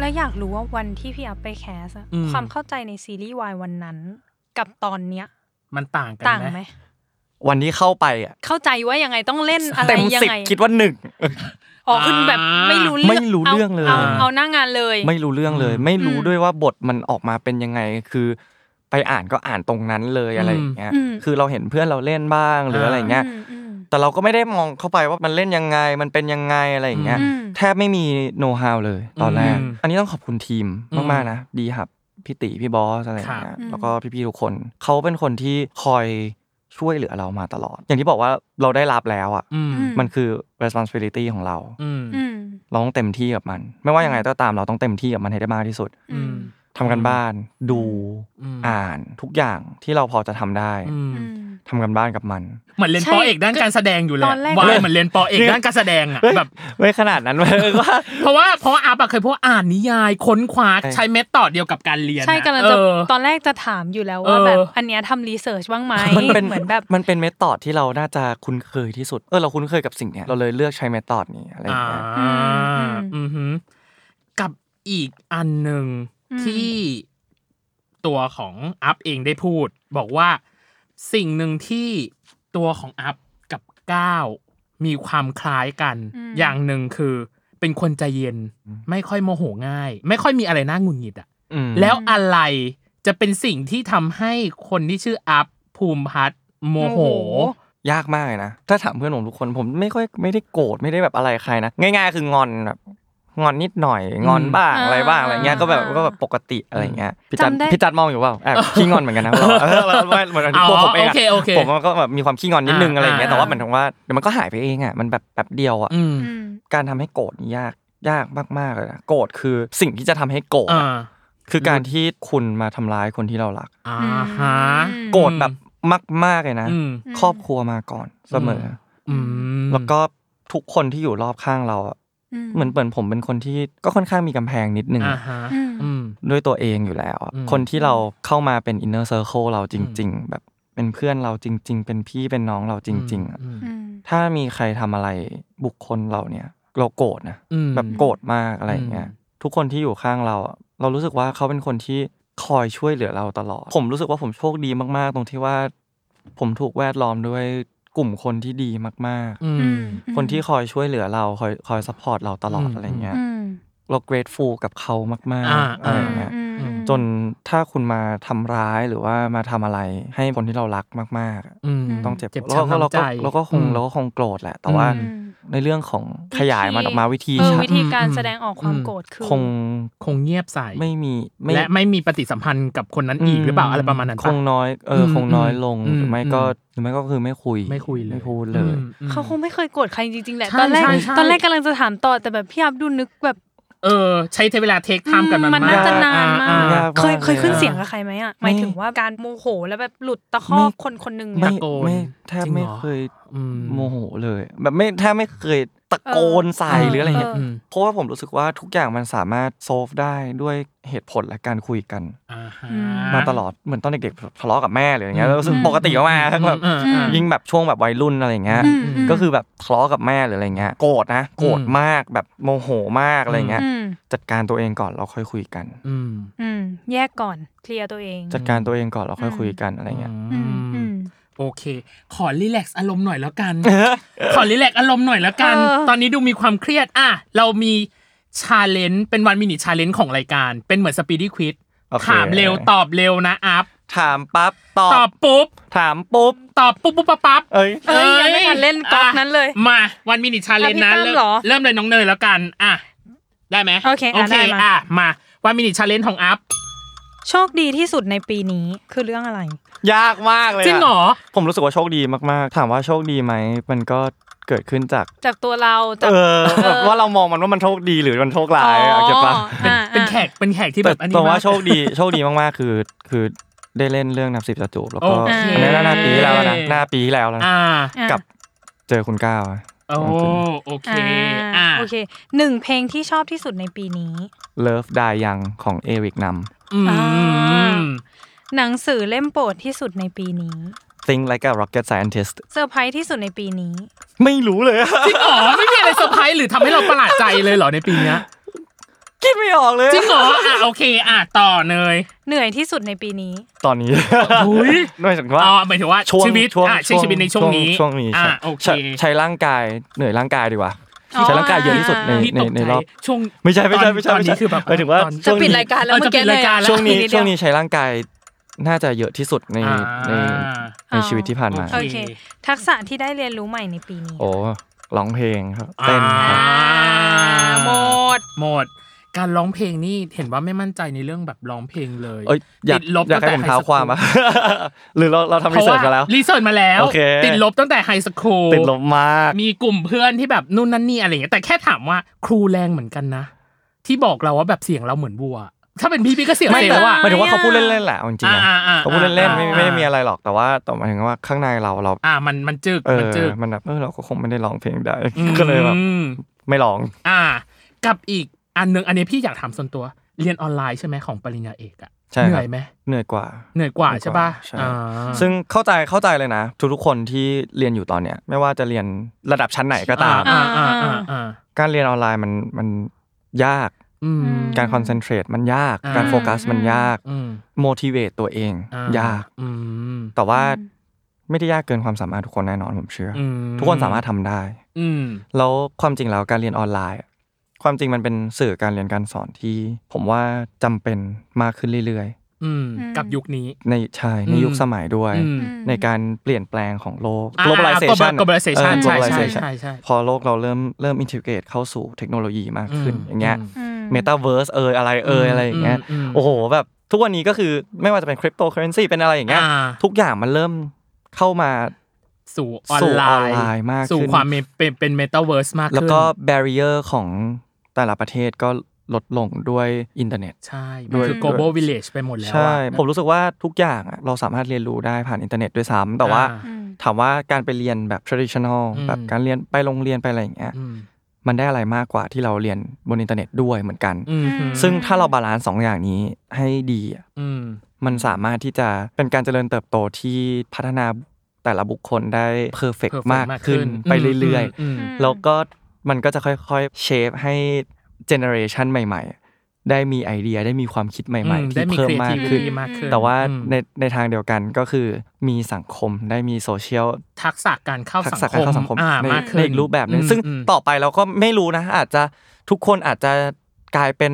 แล้วอยากรู้ว่าวันที่พี่อัพไปแคสอะความเข้าใจในซีรีส์วายวันนั้น กับตอนเนี้ย มันต่างกัน ต่างไหม วันที่เข้าไปอ่ะ เข้าใจว่ายังไงต้องเล่นอะไร เต็ม ยัง สิบ ไง คิดว่าหนึ่ง อ๋อคือแบบไม่รู้เรื่อง ไม่รู้เรื่องเลย าาเอาหน้างานเลย ไม่รู้เรื่องเลย ไม่รู้ด้วยว่าบทมันออกมาเป็นยังไง คือ ไปอ่านก็อ่านตรงนั้นเลยอะไรอย่างเงี้ย อืม คือเราเห็นเพื่อนเราเล่นบ้างหรืออะไรอย่างเงี้ย อืมอืม แต่เราก็ไม่ได้มองเข้าไปว่ามันเล่นยังไง มันเป็นยังไงอะไรอย่างเงี้ย อืม แทบไม่มีโน้ตฮาวเลยตอนแรก อันนี้ต้องขอบคุณทีมมากๆนะดีครับพี่ติพี่บอสอะไรอย่างเงี้ยแล้วก็พี่ๆทุกคนเขาเป็นคนที่คอยช่วยเหลือเรามาตลอด อย่างที่บอกว่าเราได้รับแล้วอ่ะ อืม อื มันคือ responsibility ของเรา อืม อืม เราต้องเต็มที่กับมัน ไม่ว่ายังไงก็ตามเราต้องเต็มที่กับมันให้ได้มากที่สุด อืม ทำกันบ้านดู อืม อ่านทุกอย่างที่เราพอจะทำได้ อืม อืม ทำกันบ้านกับมัน เหมือนเรียน ใช่ ปอเอกด้านการแสดงอยู่แห ต ละ อนแรก วายเหมือนเรียนปอเอกด้านการแสดงอ่ะแบบ ไม่ขนาด (laughs) นั้นเว้ยว่า เพราะว่าเพราะว่าอัพอะเคยพูดว่าอ่านนิยายค้นคว้าใช้เมธอดเดียวกับการเรียน ใช่ น่ กำลังจะ เออ ตอนแรกจะถามอยู่แล้วว่า เออ แบบ อันเนี้ยทำรีเสิร์ชบ้างไหม มันเป็น เหมือนแบบ มันเป็นเมธอดที่เราน่าจะคุ้นเคยที่สุด เออเราคุ้นเคยกับสิ่งเนี้ยเราเลยเลือกใช้เมธอดนี้อะไรอย่างเงี้ย อ่า อืม อือหือกับอีกอันหนึ่ง อืม ที่ตัวของอัพเองได้พูด บอกว่าสิ่งหนึ่งที่ตัวของอัพกับก้าวมีความคล้ายกัน อย่างหนึ่งคือ เป็นคนใจเย็นไม่ค่อยโมโหง่าย ไม่ค่อยมีอะไรน่าหงุนงิดอะ อืม แล้วอะไรจะเป็นสิ่งที่ทำให้คนที่ชื่ออัพภูมิพัฒน์โมโห ยากมากเลยนะ ถ้าถามเพื่อนผมทุกคนผมไม่ค่อยไม่ได้โกรธไม่ได้แบบอะไรใครนะ ง่าย ๆ คืองอนแบบงอนนิดหน่อย งอนบ้าง อ่า อะไรบ้างอะไรเงี้ยก็แบบ อ่า ก็แบบปกติอะไรเงี้ยพี่จัด จำได้ พี่จัดมองอยู่เปล่าแอบขี้งอนเหมือนกันนะเราเออเรา (laughs) ไม่เหมือนตัวผมเอโองอะ เคโอเค ผมก็แบบมีความขี้งอนนิดนึง อ่า อะไรเงี้ย อ่า แต่ว่าเหมือนถึงว่าเดี๋ยวมันก็หายไปเองอ่ะมันแบบแป๊บเดียวอ่ะ อืม อืม การทำให้โกรธนี่ยากยากมากๆเลยนะโกรธคือสิ่งที่จะทำให้โกรธอะ อ่า คือการที่คุณมาทำร้ายคนที่เรารัก อ่าฮะ อืม โกรธแบบมากๆเลยนะ อืม ครอบครัวมาก่อนเสมออ อืม แล้วก็ทุกคนที่อยู่รอบข้างเราอะ อืม เหมือนเปิดผมเป็นคนที่ก็ค่อนข้างมีกำแพงนิดนึง อ่าฮะ อืม อืม ด้วยตัวเองอยู่แล้วอะ อืม คนที่เราเข้ามาเป็นอินเนอร์เซอร์เคิลเราจริง ๆ แบบเป็นเพื่อนเราจริง ๆ เป็นพี่เป็นน้องเราจริง ๆอะ อืม อืม ถ้ามีใครทำอะไรบุคคลเราเนี่ย เราโกรธนะ อืม แบบโกรธมากอะไรอย่างเงี้ย อืม ทุกคนที่อยู่ข้างเราอะเรารู้สึกว่าเขาเป็นคนที่คอยช่วยเหลือเราตลอด ผมรู้สึกว่าผมโชคดีมากๆ ตรงที่ว่า ผมถูกแวดล้อมด้วยกลุ่มคนที่ดีมาก อื อื ม ม ๆ คนที่คอยช่วยเหลือเราคอยคอยซัพพอร์ตเราตลอด อืม อะไรเงี้ย อืม เราเกรดฟูกับเขามาก อ่า ๆอะไรเงี้ย อืมอืม จนถ้าคุณมาทำร้ายหรือว่ามาทำอะไรให้คนที่เรารักมากๆอะ อืม ต้องเจ็บ เจ็บ แล้ว ช้ำ ก็เรา น้ำใจ ก็เราก็คง อืม เราก็คงโกรธแหละ แต่ว่า อืม ในเรื่องของขยายมันออกมาวิธี เออ ชัด วิธีการ อืม แสดงออกความ อืม โกรธคือ คง คงเงียบใส่ ไม่มี และไม่มีปฏิสัมพันธ์กับคนนั้นอีกหรือเปล่าอะไรประมาณนั้น ค ปะ งน้อยเอออ ม คงน้อยลง อืม หรือไม่ก็ อืม หรือไม่ก็คือไม่คุย ไม่คุยเลย ไม่พูดเลย อืมอืม เขาคงไม่เคยโกรธใครจริงๆแหละ ใช่ ตอนแรก ใช่ใช่ ตอนแรกกำลังจะถามต่อแต่แบบพี่อับดูนึกแบบ เออ ใช้เวลาเทคไทม์กับมัน มัน มาก น่าจะนานมาก อ่ ยากมาก เคยเคย เลย ขึ้น อะ เสียงกับใครไหมอ่ะหมายถึงว่าการโมโหแล้วแบบหลุดตะคอ ไม่ บคนคนหนึ่ง ไม่ อะ ตะโกน ไม่แทบ จริงเหรอ ไม่เคย อืม โมโหเลย แบบไม่แทบไม่เคยตะโกนใส่ เออ หรืออะไรเงี้ย เออ อืม เพราะว่าผมรู้สึกว่าทุกอย่างมันสามารถโซฟได้ด้วยเหตุผลและการคุยกัน อ่าฮะ มาตลอดเหมือนตอนเด็กๆทะเลาะกับแม่หรืออย่างเงี้ย อืม แล้วรู้สึกปกติก็มา อืม แบบ อืมอืม ยิ่งแบบช่วงแบบวัยรุ่นอะไรอย่างเงี้ย อืมม ก็คือแบบทะเลาะกับแม่หรืออะไรเงี้ยโกรธนะโกรธมากแบบโมโหมากอะไรเงี้ย อืม จัดการตัวเองก่อนเราค่อยคุยกัน อืม อืมแยกก่อนเคลียร์ตัวเอง จัดการตัวเองก่อนเราค่อยคุยกันอะไรเงี้ย อื อืม ม อืม โอเค ขอรีแลกซ์อารมณ์หน่อยแล้ว (laughs) กัน ขอรีแลกซ์อารมณ์หน่อยแล้วกัน เออ ตอนนี้ดูมีความเครียด อ่ะ เรามีชาเลนจ์เป็นวันมินิชาเลนจ์ของรายการ เป็นเหมือนสปีดดี้ควิด โอค ถามเร็วตอบเร็วนะอัพ ถามปั๊บตอ ตอ บบ ปุ๊บ ถามปุ๊บ ตอบปุ๊บปุ๊บปั๊บปั๊บ เอ้ย เอ้ยยังไม่ทันเล่นก๊อกนั้นเลย อ่ะมาวันมินิชาเลนจ์นะ อ่ะพี่ตั้มเหรอ เริ่มเลยน้องเนยแล้วกัน อ่ะ ได้ไหม โอเคอ่ะ โอเค ได้มา อ่ะมาวันมินิชาเลนจ์ของอัพ โชคดีที่สุดในปีนี้คือเรื่องอะไร ยากมากเลยอะ จริงเหรอ ผมรู้สึกว่าโชคดีมากๆ ถามว่าโชคดีไหมมันก็เกิดขึ้นจาก จากตัวเราจาก เออแบบว่าเรามองมันว่ามันโชคดีหรือมันโชคร้ายอะเก็บปะ อ๋ออ่า เป็นแขกเป็นแขกที่แบ แต่ บอันนี้ แต่ว่าม ก โชคดีโชคดีมากๆ คือ คือได้เล่นเรื่องนับสิบจะจูบแล้วก็ โอเค อันนี้น่าหน้าปีที่แล้วนะ หน้าปีที่แล้วนะ อ่า อ่ะ กับเจอคุณก้าวอะ โอ้ โอเค โอเค อ่า อ่า โอเคหนึ่งเพลงที่ชอบที่สุดในปีนี้ Love Die Young ของเอริกน อืม หนังสือเล่มโปรดที่สุดในปีนี้ ำ Think Like a Rocket Scientist เซอร์ไพรส์ที่สุดในปีนี้ ไม่รู้เลยอะ จริงเหรอไม่มีอะไรเซอร์ไพรส์หรือทำให้เราประหลาดใจเลยเหรอในปีเนี้ย คิดไม่ออกเลย จริงเหรออ่ะโอเค อ่ะต่อเนย เหนื่อยที่สุดในปีนี้ ตอนนี้ (laughs) นอกจากว่า อ๋อหมายถึงว่า ช่วง ชีวิต ช่วง อ่ะใช้ชีวิตในช่วงนี้ ช่วงนี้ อ่ะ ใช่ โอเค ใช้ใช้ร่างกายเหนื่อยร่างกายดีกว่า อ๋อ ใช้ร่างกายเยอะที่สุดใน พี่ ใน ตก ใน ใจ รอบ ช่วง ไม่ใช่ไม่ใช่ไม่ใช่ ตอน ไม่ใช่ นี้คือแบบ หมายถึงว่า ตอน ช่ จะ วงนี้ ปิดรายการแล้ว เออ เมื่อกี้ จะปิด เล รายยการแล้ ช่วงนี้ อีกดเดีย ช่วงนี้ใช้ร่างกายน่าจะเยอะที่สุดใน อ่า ในในชีวิตที่ผ่านมา โอเค โอเค ทักษะที่ได้เรียนรู้ใหม่ในปีนี้ โอ้ร้องเพลงครับเต้นค อ่า รับ หมด หมด การร้องเพลงนี่เห็นว่าไม่มั่นใจในเรื่องแบบร้องเพลงเลย เอ้ยอยาก ติดลบ อยาก ตั้งแต่ให้ผม ไฮ เท้า สคูล ความอะ หรือเราเราทำรีเสิร์ชมาแล้ว รีเสิร์ชมาแล้ว โอเค ติดลบตั้งแต่ไฮสคูล ติดลบมาก มีกลุ่มเพื่อนที่แบบนู่นนั่นนี่อะไรอย่างเงี้ยแต่แค่ถามว่าครูแรงเหมือนกันนะ ที่บอกเราว่าแบบเสียงเราเหมือนวัว ถ้าเป็นพี่พี่ก็เสียง ไม่ เซล แต่ ล ว่า อะ หมายถึงว่าเขาพูดเล่นๆแหละเอาจริงๆนะ อ่าอ่าอ่า เขาพูดเล่นๆไม่ไม่ได้มีอะไรหรอกแต่ว่าแต่หมายถึงว่าข้างในเราเรา อ่ามันมันจึก เออ มันจึก มันแบบเออเราก็คงไม่ได้ร้องเพลงได้ ก็เลยแบบ อืม ไม่ร้อง อ่า กับอีกอันหนึ่งอันนี้พี่อยากถามส่วนตัว เรียนออนไลน์ใช่ไหมของปริญญาเอกอะ ใช่ เห ค นื่ รั อบ ยไหม เหนื่อยกว่า เหนื่อยกว่าใช่ป่ะ ใช่ อ่า ซึ่งเข้าใจเข้าใจเลยนะ ทุกๆคนที่เรียนอยู่ตอนเนี้ยไม่ว่าจะเรียนระดับชั้นไหนก็ตาม อ่าอ่าอ่าอ่า การเรียนออนไลน์มันมันยาก อืม การคอนเซนเทรตมันยาก อ่า การโฟกัสมันยาก อืม โมทิเวตตัวเอง อ่าย าก อืม แต่ว่าไม่ได้ยากเกินความสามารถทุกคนแน่นอนผมเชื่ออ ม ทุกคนสามารถทำได้ อืม แล้วความจริงแล้วการเรียนออนไลน์อะความจริงมันเป็นสื่อการเรียนการสอนที่ ผมว่าจำเป็นมากขึ้นเรื่อย อืม อืม กับยุคนี้ ๆ ในใช่ใน อืม ยุคสมัยด้วย อืม ในการเปลี่ยนแปลงของโลก อ่า globalization อะ globalization เออ ใช่ใช่ globalization ใช่ใช่ พอโลกเราเริ่มเริ่ม integrate เข้าสู่เทคโนโลยีมากขึ้นอย่างเงี้ย ม เมตาเวิร์สเอยอะไรเอย อืม อะไรอย่างเงี้ย อืมอืม โอ้โหแบบทุกวันนี้ก็คือไม่ว่าจะเป็นคริปโตเคอเรนซีเป็นอะไรอย่างเงี้ย อ่า ทุกอย่างมันเริ่มเข้ามา สู่ออน สู่ ไล ออน น์ ไลน์มาก สู่ ขึ้น ความเป็นเป็นเมตาเวิร์สมากขึ้น แล้วก็ b บ r เ i อร์ของแต่ละประเทศก็ ลดลงด้วยอินเทอร์เน็ต ใช่ ด้ มัน วย คือ global village ไปหมดแล้วอะ ใช่ ผมรู้สึกว่าทุกอย่างอะเราสามารถเรียนรู้ได้ผ่านอินเทอร์เน็ตด้วยซ้ำแต่ว่า อ่ อืม ถามว่าการไปเรียนแบบ traditional อืม แบบการเรียนไปโรงเรียนไปอะไรอย่างเงี้ย อืม มันได้อะไรมากกว่าที่เราเรียนบนอินเทอร์เน็ตด้วยเหมือนกัน อืม ซึ่งถ้าเราบาลานซ์สองอย่างนี้ให้ดีอะ อืม มันสามารถที่จะเป็นการเจริญเติบโตที่พัฒนาแต่ละบุคคลได้เพอร์เฟก perfect มากขึ้น ไปเรื่อย อืม ๆ แล้วก็มันก็จะค่อยๆ เชฟให้เจเนอเรชันใหม่ๆ ได้มีไอเดียได้มีความคิดใหม่ อื ๆ ได้ ที่เพิ่มมากขึ้น creativity มากขึ้น แต่ว่า อืม ในในทางเดียวกันก็คือมีสังคมได้มีโซเชียล ทักษะการเข้า ทัก สัง ษะ ค การ ม เข้าสังคม อ่า ใน มากขึ้ ใน น อีกรูปแบบหนึ่ง อืม ซึ่ง อืม ต่อไปเราก็ไม่รู้นะ อาจจะทุกคนอาจจะกลายเป็น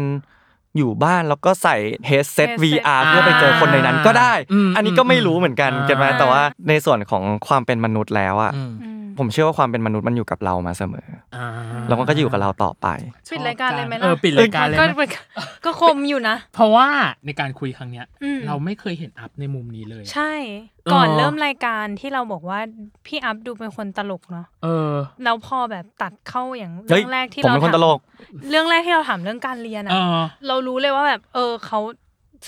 อยู่บ้านแล้วก็ใส่ headset headset VR อ่า เพื่อไปเจอคนในนั้นก็ได้ อืม อันนี้ก็ไม่รู้เหมือนกัน อ่า เก็ตไหมแต่ว่าในส่วนของความเป็นมนุษย์แล้วอ่ะ อืม อืม ผมเชื่อว่าความเป็นมนุษย์มันอยู่กับเรามาเสมอ อ่า แล้วมันก็จะอยู่กับเราต่อไป ปิดรายการเลยไหม เออล่ะปิดรายการเลย ก็ ไหม ก็ก็คมอยู่นะ เพราะว่าในการคุยครั้งเนี้ย อืม เราไม่เคยเห็นอัพในมุมนี้เลย ใช่ ก่อน เออ เริ่มรายการที่เราบอกว่า พี่อัพดูเป็นคนตลกเนาะ เออ แล้วพอแบบตัดเข้าอย่าง เฮ้ เรื่ ย องแรกที่ ผม เรา เป็นคนตลก เรื่องแรกที่เราถามเรื่องการเรียน เอ อะ อ เรารู้เลยว่าแบบ เออเขา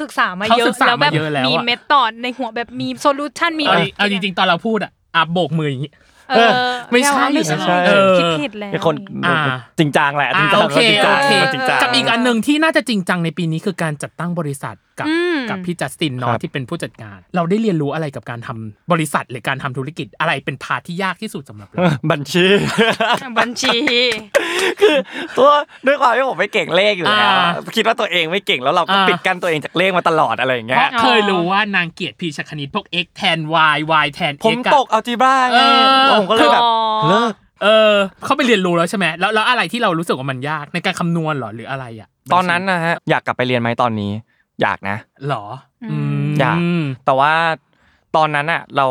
ศึกษามา เขา เย ศึ อะ กษา แล้วแบ มา บ เยอะแล้วอะ มีเมธอดในหัวแบบมีโซลูชันมี เอา แบบ ดิเอาจริงๆตอนเราพูดอ่ะอัพโบกมืออย่างงี้ เออ ไม่ใช่ ไม่ใช่ ไม่ใช่เออ คิดผิดแล้ว เป็นคน อ่า จริงจังแหละจ อ่า ริงจัง โอเค จริงจั โอง เค จริงจัง กับอีกอันหนึ่งที่น่าจะจริงจังในปีนี้คือการจัดตั้งบริษัทกับ อืม กับพี่จัสติน ค เนาะ รับ ที่เป็นผู้จัดการ เราได้เรียนรู้อะไรกับการทำบริษัทหรือการทำธุรกิจอะไรเป็นพาร์ทที่ยากที่สุดสำหรับเรา บัญชี บัญชี คือตัวด้วยความที่ผมไม่เก่งเลขอยู่แล้วอะ อ่า คิดว่าตัวเองไม่เก่งแล้วเราก็ อ่า ปิดกั้นตัวเองจากเลขมาตลอดอะไรอย่าง เพ เงี้ย ราะเคยรู้ว่านางเกลียรติพีชคณิตพวก x แทน y y แทน x ผม อะ ตกอัลจีบ้า เออไงผมก็เลยแบบ อ๋อ เลิก เออเขาไปเรียนรู้แล้วใช่ไหมแล้วแล้วอะไรที่เรารู้สึกว่ามันยากในการคำนวณเหรอหรืออะไรอ่ะ ตอนนั้นนะฮะอยากกลับไปเรียนไหมตอนนี้ อยากนะ หรออม อยาก แต่ว่าตอนนั้นอ่ะ เรา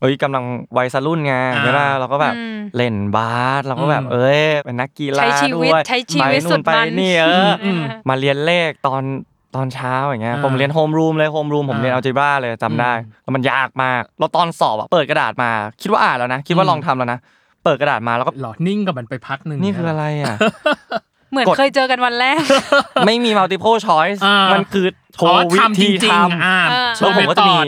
เอ้ยกำลังวัยสรุ่นไง อ่า ใช่ป่ะเราก็แบบ อืม เล่นบาสเราก็แบบ อืม เอ้ยเป็นนักกีฬา ใช้ชีวิต ด้วย ใช้ชีวิต ไปนู่น สุดมัน ไปนี่เอออ ม มาเรียนเลขตอนตอนเช้าอย่างเงี้ย อ่า ผมเรียนโฮมรูมเลยโฮมรูมผม อ่า เรียนอัลจ b บ a าเลยจำได้ อืม แล้วมันยากมากเราตอนสอบอะเปิดกระดาษมา คิดว่าอ่านแล้วนะ คิดว่า อืม ลองทำแล้วนะ เปิดกระดาษมาแล้วก็ หรอนิ่งกับมันไปพักหนึ่ง นี่คืออะไรอ่ะ เหมือน กด เคยเจอกันวันแรก ไม่มี multiple choice อ่ามั มันคือโช อ๋อ ว์วิ ทำจ ธี ริ ท งๆอ่า เออ ำ ช่ แล้ววยผมก็จะมี ไตอ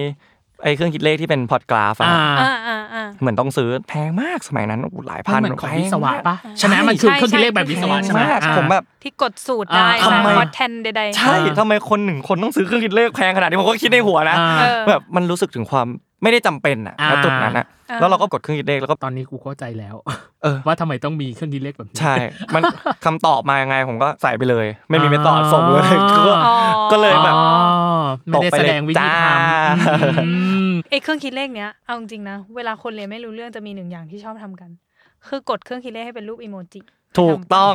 ไอ้เครื่องคิดเลขที่เป็นพอดกราฟอะ อ่า อ่าอ่าอ่า เหมือนต้องซื้อแพงมากสมัยนั้นโอ้โหหลายพั มัน น เหมือนของวิศวะ แพงมาก ปะใช่ไหมมันคือเครื่องคิดเลขแบบวิศ แพ วะ ง ใช่ไหม มาก อ่า ผมแบบ ที่กดสูตรได้ อ่า สร้าง ทำไม คอร์สแทนใดๆ ใช่ อ่า ทำไมคนหนึ่งคนต้องซื้อเครื่องคิดเลขแพงขนาดนี้ผมก็คิดในหัวนะ อ่า เออ แบบมันรู้สึกถึงความไม่ได้จำเป็นอ่ะ อ่า ณจุดนั้นอ่ะ อ่า แล้วเราก็กดเครื่องคิดเลขแล้วก็ ตอนนี้กูเข้าใจแล้ว เออ ว่าทำไมต้องมีเครื่องคิดเลขแบบนี้ ใช่ (laughs) มันคำตอบมายังไงผมก็ใส่ไปเลย ไม่มี อ่า ไม่ตอบส่งเลย ก็ อ๋อ ก็เลยแบบ อ๋อไม่ได้แสดงวิธีท ตกไปเลยจ้า ำอืม ไอ้เครื่องคิดเลขเนี้ยเอาจริงๆนะ เวลาคนเรียนไม่รู้เรื่องจะมีหนึ่งอย่างที่ชอบทำกัน คือกดเครื่องคิดเลขให้เป็นรูปอีโมจิ ถูกต้อง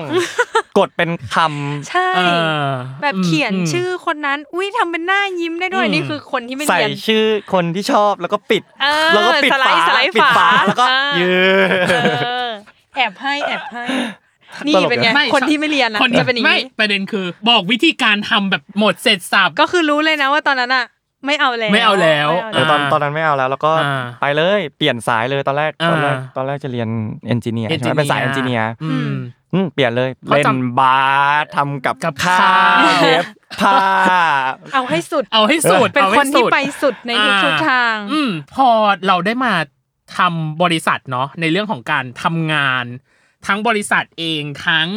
กดเป็นคำ ใช่ เออ แบบเขียน ม ชื่อคนนั้น อุ้ยทำเป็นหน้ายิ้มได้ด้วย อืม นี่คือคนที่ไม่ ใส่ เรียน ชื่อคนที่ชอบแล้วก็ปิด เออ แล้วก็ปิด สไลด์ ฝา สไลด์ ปิด ฝา ฝาแล้วก็ อ่ายื ยืน เออแอบให้แอบให้ นี่ ตลกนะ เป็นไง ไม่ คนที่ไม่เรียนนะ คนที่ จะเป็นอย่าง ไม่ นี้ ประเด็นคือ บอกวิธีการทำแบบหมดเสร็จสับ ก็คือรู้เลยนะว่าตอนนั้นอ่ะ ไม่เอาแล้ว ไม่เอาแล้ว ไม่เอา เออตอนตอนนั้นไม่เอาแล้ว แล้วก็ อ่า ไปเลยเปลี่ยนสายเลยตอนแรกตอนแรก อ่า ตอนแรกจะเรียนเอนจิเนียร์ใช่ไหมเป็นสายเอนจิเนียร์ อืม อืมเปลี่ยนเลย เขา เล่ จำ นบาสทำกับ กับ ข้า ข้าวว เย็บผ้า เอาให้สุด เอาให้สุด เป็น อาให้ คนที่ สุด ไปสุดใน อ่า ทุกๆทาง อืมพอเราได้มาทำบริษัทเนาะในเรื่องของการทำงาน ทั้งบริษัทเองทั้ง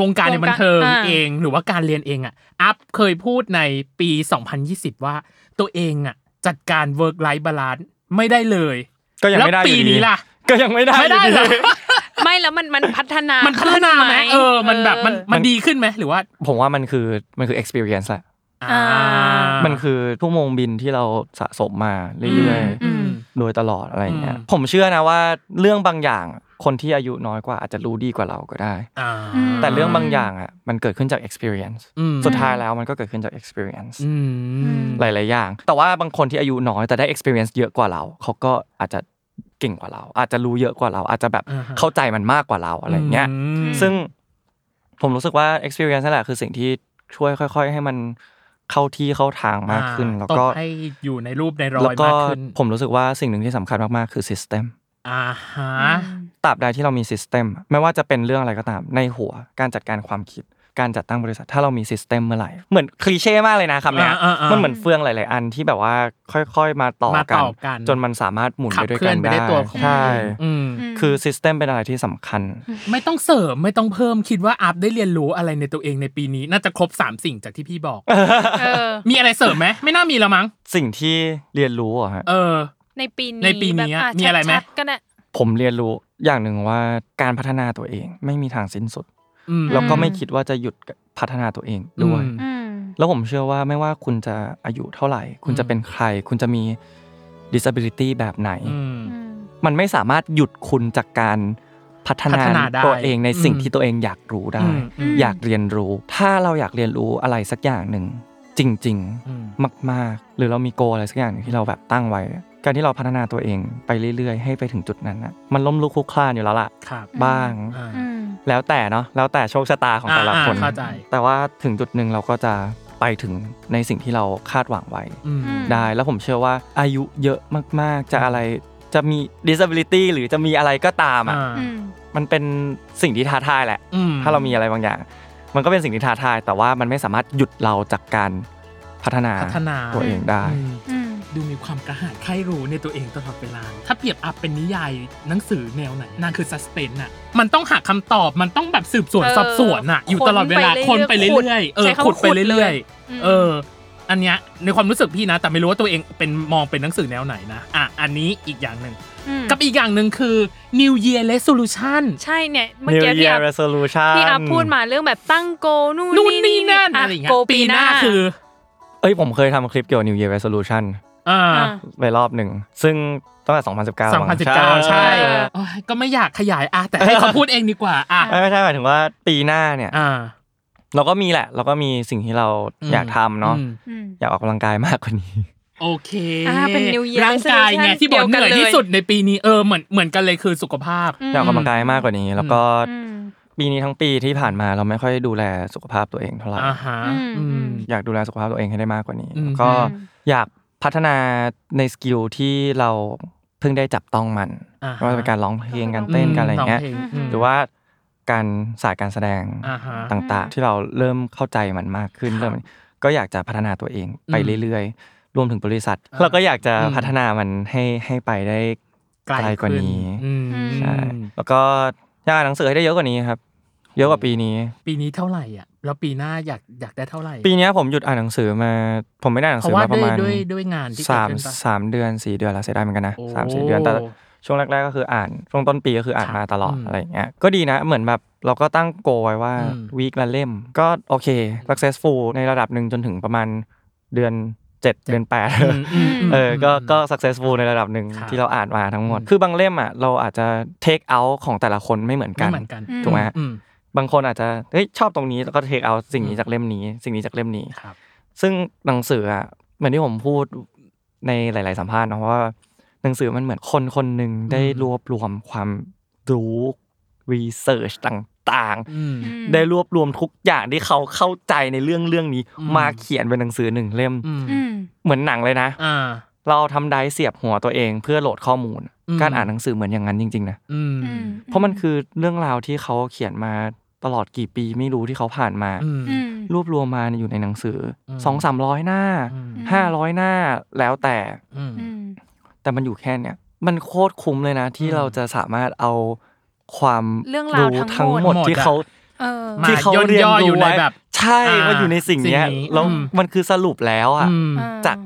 วงการในบันเทิง วงการอ่า เองหรือว่าการเรียนเองอะอัพเคยพูดในปี 2020 ว่าตัวเองอะจัดการ work life balance ไม่ได้เลย ก็ยัง แล้ว ไม่ได้อ ปี ยู่ดี นี้ล่ะ ก็ยังไม่ได้ ไม่ได้ อยู่ เหรอ ไม่แล้วมันมันพัฒนา มั มัน พัฒนาไหมเออ มันแบบมันมันดีขึ้นไหมหรือว่า ผมว่ามันคือมันคือ experience แหละ อ่า มันคือชั่วโมงบินที่เราสะสมมาเรื่อย อืม ๆโดยตลอดอะไรอย่างเงี้ย อืม ผมเชื่อนะว่าเรื่องบางอย่างคนที่อายุน้อยกว่าอาจจะรู้ดีกว่าเราก็ได้ อ่า แต่เรื่องบางอย่างอ่ะมันเกิดขึ้นจาก experience อืม สุดท้ายแล้วมันก็เกิดขึ้นจาก experience อืม หลาย ๆ อย่าง แต่ว่าบางคนที่อายุน้อยแต่ได้ experience เยอะกว่าเรา เขาก็อาจจะเก่งกว่าเรา อาจจะรู้เยอะกว่าเรา อาจจะแบบ อ่าฮะ เข้าใจมันมากกว่าเราอะไรเงี้ย อืม ซึ่งผมรู้สึกว่า experience นั่นแหละคือสิ่งที่ช่วยค่อย ๆ ให้มันเข้าที่เข้าทางมากขึ้น อ่ แล้วก็ ตบให้อยู่ในรูปในรอ แล้ว ย ก็ มากขึ้น ผมรู้สึกว่าสิ่งหนึ่งที่สำคัญมาก ๆ คือ system อ่าฮะ ตราบใดที่เรามี system ไม่ว่าจะเป็นเรื่องอะไรก็ตามในหัว การจัดการความคิด การจัดตั้งบริษัท ถ้าเรามีซิสเต็มเมื่อไหร่ เหมือนคลีเช่มากเลยนะคำเนี้ย อ่าอ่าอ่ามั มันเหมือนเฟืองหลาย ๆ อันที่แบบว่าค่อย ๆ มาต่อ มา กั ต่ น อกัน จนมันสามารถหมุน ขับ ไปด้วย เคลื่ กั อน นไป ได้ ได้ตัวของ ใช่ อืม อืม คือซิสเต็มเป็นอะไรที่สำคัญ ไม่ต้องเสริมไม่ต้องเพิ่มคิดว่าอัพได้เรียนรู้อะไรในตัวเองในปีนี้ น่าจะครบสามสิ่งจากที่พี่บอก เออ มีอะไรเสริมไหมไม่น่ามีแล้วมั้ง สิ่งที่เรียนรู้อะฮะ เออ ในปีนี้ ในปีนี้อะ แบบ มีอะไรไหม ชัดๆก็น่ะ ผมเรียนรู้อย่างหนึ่งว่าการพัฒนาตัวเองไม่มีทางสิ้นสุด อืม แล้วก็ไม่ อืม คิดว่าจะหยุดพัฒนาตัวเองด้วย อืม อืม แล้วผมเชื่อว่าไม่ว่าคุณจะอายุเท่าไหร่ คุณจะเป็นใคร คุณจะมี disability แบบไหน อืม มันไม่สามารถหยุดคุณจากการพัฒนา พัฒนาได้ ตัวเองในสิ่ง อืม ที่ตัวเองอยากรู้ได้ อืม อืม อยากเรียนรู้ ถ้าเราอยากเรียนรู้อะไรสักอย่างหนึ่งจริง อืม ๆ มาก ๆ หรือเรามีโกอะไรสักอย่างหนึ่งที่เราแบบตั้งไว้ การที่เราพัฒนาตัวเองไปเรื่อย ๆ ให้ไปถึงจุดนั้นนะมันล้มลุกคลุกคลานอยู่แล้วล่ะ ครับ บ้าง อ่า อืม แล้วแต่เนาะแล้วแต่โชคชะตาของแต่ละ อ่า คน เข้าใจ แต่ว่าถึงจุดหนึ่งเราก็จะไปถึงในสิ่งที่เราคาดหวังไว้ อืม ม ได้แล้วผมเชื่อว่าอายุเยอะมากๆ จะอะไรจะมี disability หรือจะมีอะไรก็ตามอ่ะ อืม มันเป็นสิ่งที่ท้าทายแหละ อืม ถ้าเรามีอะไรบางอย่าง มันก็เป็นสิ่งที่ท้าทาย แต่ว่ามันไม่สามารถหยุดเราจากการพัฒนา พัฒนา ตัวเองได้ อืม อืม ดูมีความกระหายใคร่รู้ในตัวเองตลอดเวลา ถ้าเปรียบอัพเป็นนิยายหนังสือแนวไหนนางคือ s ัสเ e น s ์อ่ะ มันต้องหาคำตอบ มันต้องแบบสืบสวน เออ สอบสวนอ่ะ อยู่ตลอดเวลา ค้ คน น ไป ไป เร เรื่อยื่ อยๆ เอ ใช้ อ คำว่า ขุดไป ขุด เรื่อย อืม ๆ เออ อันเนี้ยในความรู้สึกพี่นะ แต่ไม่รู้ว่าตัวเองเป็นมองเป็นหนังสือแนวไหนนะ อ่ะ อันนี้อีกอย่างหนึ่ง อืม กับอีกอย่างหนึ่งคือ New Year Resolution ใช่เนี่ยเมื่อ New กี้พี่ Year อัพ Resolution พี่อัพพูดมาเรื่องแบบตั้งโกลนู่น นู่นนี่นั่น อ่ะ อะไรอย่างเงี้ โกล ยปีหน้าคือ เอ้ยผมเคยทำคลิปเกี่ยวกับ New Year Resolution อ่า อ่ะ ไปรอบหนึ่ง ซึ่งตั้งแต่ 2019มั้ง 2019 ใช่ เออ โอ้ยก็ไม่อยากขยายอ่ะแต่ให้เขาพูดเองดีกว่าอ่ะ ไม่ไม่ใช่หมายถึงว่าปีหน้าเนี่ย อ่า เราก็มีแหละ เราก็มีสิ่งที่เรา อืม อยากทำเนาะ อืม อืม อยากออกกำลังกายมากกว่านี้ โอเค อ่าเป็น New Year ร่างกายไง resolution ที่บอก เดียว เห กัน นื่อยที่ เลย สุดในปีนี้เออเหมือนเหมือนกันเลยคือสุขภาพ อยากออกกำลังกายมากกว่านี้ แล้วก็ อืม ปีนี้ทั้งปีที่ผ่านมาเราไม่ค่อยดูแลสุขภาพตัวเองเท่าไหร่ อ่าฮะ อืม อืม อยากดูแลสุขภาพตัวเองให้ได้มากกว่านี้ อืม แล้วก็อยากพัฒนาในสกิลที่เราเพิ่งได้จับต้องมัน อ่า ไม่ ฮะ ว่าจะเป็นการร้องเพลงการเต้นการอะไรอย่างเงี้ย มพล อืม หรือว่าการสายการแสดง อ่าฮะ ต่างๆ ที่เราเริ่มเข้าใจมันมากขึ้น ครับ เริ่มก็อยากจะพัฒนาตัวเองไป อืม เรื่อยๆ รวมถึงบริษัท อ่า เราก็อยากจะ อืม พัฒนามันให้ให้ไปได้ ไกล ไกลกว่านี้ อืม ใช่แล้วก็อยากอ่านหนังสือให้ได้เยอะกว่านี้ครับ เยอะกว่าปีนี้ ปีนี้เท่าไหร่อ่ะแล้วปีหน้าอยากอยากได้เท่าไหร่ ปีเนี้ยผมหยุดอ่านหนังสือมา ผมไม่ได้อ่านหนัง เพ สือ ราะว่าด้วยมาประมาณ ด้วยด้วยงานที่ สาม เกิดขึ้นปะ สามเดือนสี่เดือนแล้วเสียดายเหมือนกันนะ โอ้ สามสี่เดือนแต่ช่วงแรก ๆก็คืออ่านช่วงต้นปีก็คืออ่าน ครับ มาตลอด อืม อะไรอย่างเงี้ยก็ดีนะเหมือนแบบเราก็ตั้งโกไว้ว่า อืม วีคละเล่ม ก็โอเค successful ในระดับหนึ่งจนถึงประมาณเดือนเจ็ดเดือนแปด อืมอืมม เออ ก็ ก็ successful ในระดับหนึ่ง ครับ ที่เราอ่านมาทั้งหมด อืม คือบางเล่มอ่ะ เราอาจจะ take out ของแต่ละคนไม่เหมือน ไม่ กัน เหมือนกัน ถูกไหมฮะ อืม บางคนอาจจะ เฮ้ย ชอบตรงนี้ แล้วก็ take out สิ่งนี้ อืม จากเล่มนี้ สิ่งนี้จากเล่มนี้ ครับ ซึ่งหนังสืออ่ะ เหมือนที่ผมพูดในหลาย ๆ สัมภาษณ์เนอะว่า หนังสือมันเหมือนคนคนหนึ่งได้ อืม รวบรวมความรู้ research ต่าง อืม อืม ๆ ได้รวบรวมทุกอย่างที่เขาเข้าใจในเรื่องเรื่องนี้ อืม มาเขียนเป็นหนังสือหนึ่งเล่ม อืม อืม เหมือนหนังเลยนะ อ่า เราทำได้เสียบหัวตัวเองเพื่อโหลดข้อมูล อืม การอ่านหนังสือเหมือนอย่างนั้นจริงๆนะ อืม อืม เพราะมันคือเรื่องราวที่เขาเขียนมาตลอดกี่ปีไม่รู้ที่เขาผ่านมา อืม อืม รวบรวมมาอยู่ในหนังสืออ ม สองสามร้อยหน้า อืม ห้าร้อยหน้าแล้วแต่ อืม อืม แต่มันอยู่แค่เนี้ยมันโคตรคุ้มเลยนะ ที่ อืม เราจะสามารถเอาความ เรื่องราวทั้งหมด ทั้งหมดที่เขา เออ มา ที่เขา ย่น เรียน ย่ออยู่ รู้ ใน ไว้ แบบ ใช่ว่าอยู่ในสิ่งเนี้ย สิ่งนี้ แล้ว อืม มันคือสรุปแล้วอ่ะ อืม เออ จาก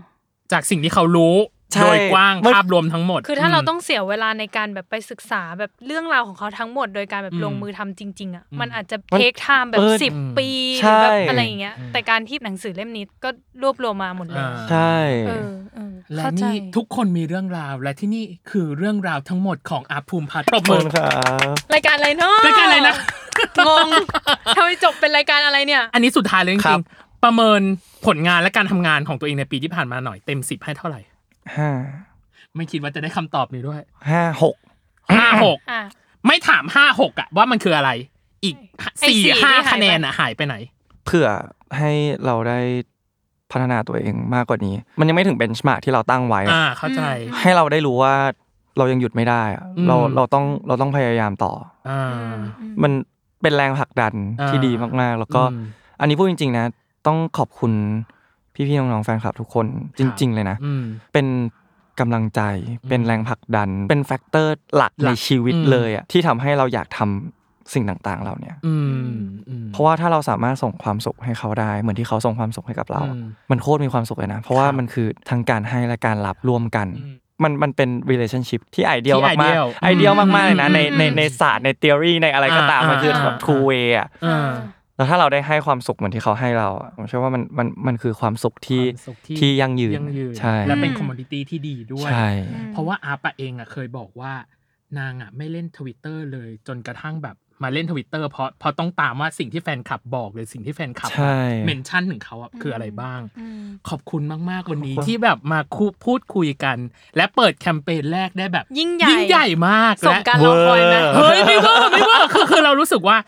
จากสิ่งที่เขารู้ ใช่ โดยกว้าง มัน ภาพรวมทั้งหมด คือถ้าเราต้องเสียเวลาในการแบบไปศึกษาแบบเรื่องราวของเขาทั้งหมด โดยการแบบ อืม ลงมือทำจริง ๆอ่ะ อืม มันอาจจะ มัน เทคไทม์แบ เอบ อ สิบ อืม ปีห ใช่ รือแบบอะไรอย่างเงี้ย แต่การที่หนังสือเล่มนี้ก็รวบรวมมาหมดเลย อ่า ใช่ เออเออ และ เข้าใจ นี่ทุกคนมีเรื่องราวและที่นี่คือเรื่องราวทั้งหมดของอาภูมิพัฒน์ปรบ ขอบ มื คุ อ ณครับ รายการอะไรเนาะ รายการอะไรนะ งง (laughs) ทำไมจบเป็นรายการอะไรเนี่ย อันนี้สุดท้ายเลยจ ครั ริ บ งๆประเมินผลงานและการทำงานของตัวเองในปีที่ผ่านมาหน่อยเต็มสิบให้เท่าไหร่ ห้า ไม่คิดว่าจะได้คำตอบนี้ด้วย ห้าหก ห้าหก อ่ะ ไม่ถามห้าหกอะว่ามันคืออะไร อีก ไอ้ สี่ สี่ ห้า ที่หายไป คะแนนอะหายไปไหน เพื่อให้เราได้พัฒนาตัวเองมากกว่านี้ มันยังไม่ถึงเบนช์มาร์กที่เราตั้งไว้อะ อ่าเข้าใจ ให้เราได้รู้ว่าเรายังหยุดไม่ได้อะ อืม เราเราต้องเราต้องพยายามต่อ อ่า อืม มัน เป็นแรงผลักดันที่ อ่า ดีมากๆ แล้วก็ อืม อันนี้พูดจริง ๆ นะ ต้องขอบคุณพี่ๆน้องๆแฟนคลับทุกคนคจรับ ริง ๆ เลยนะ อืม เป็นกำลังใจ เป็นแรงผลักดัน เป็นแฟกเตอร์หลัก หลั ใน ก ชีวิต อืม เลยอะที่ทำให้เราอยากทำสิ่งต่างๆ เราเนี่ย อืมอืม เพราะว่าถ้าเราสามารถส่งความสุขให้เขาได้ เหมือนที่เขาส่งความสุขให้กับเราอะ อืม มันโคตรมีความสุขเลยนะ เพราะว่า ครับ มันคือทั้งการให้และการรับรวมกัน อืม มันมันเป็น relationship ที่ไอเดีย ที่ มาก ideal ๆไอเดียมากๆเลยนะในในในศาสตร์ใน theory ในอะไรก็ตาม อ่ามั มันคือแบบ อ่า two way อะ อ่า แล้วถ้าเราได้ให้ความสุขเหมือนที่เขาให้เราอะผมเชื่อว่ามันมันมันคือความสุขที่ ความสุข ที่ยั่งยืน ยั่งยืน ใช่ และเป็นคอมมูนิตี้ที่ดีด้วย ใช่ เพราะว่าอาปะเองอะเคยบอกว่านางอะไม่เล่นทวิตเตอร์เลยจนกระทั่งแบบมาเล่นทวิตเตอร์เพราะเพราะต้องตามว่าสิ่งที่แฟนคลับบอกหรือสิ่งที่แฟนคลับ ใช่ เมนชั่นถึงเขาอะคืออะไรบ้าง อืม ขอบคุณมาก ๆ วันนี้ที่แบบมาคุพูดคุยกัน และเปิดแคมเปญแรกได้แบบ ยิ่งใหญ่ ยิ่งใหญ่มาก สม และ การรอคอยนะ เฮ้ยไม่เวอร์ไม่เวอร์คือคือเรารู้สึกว่า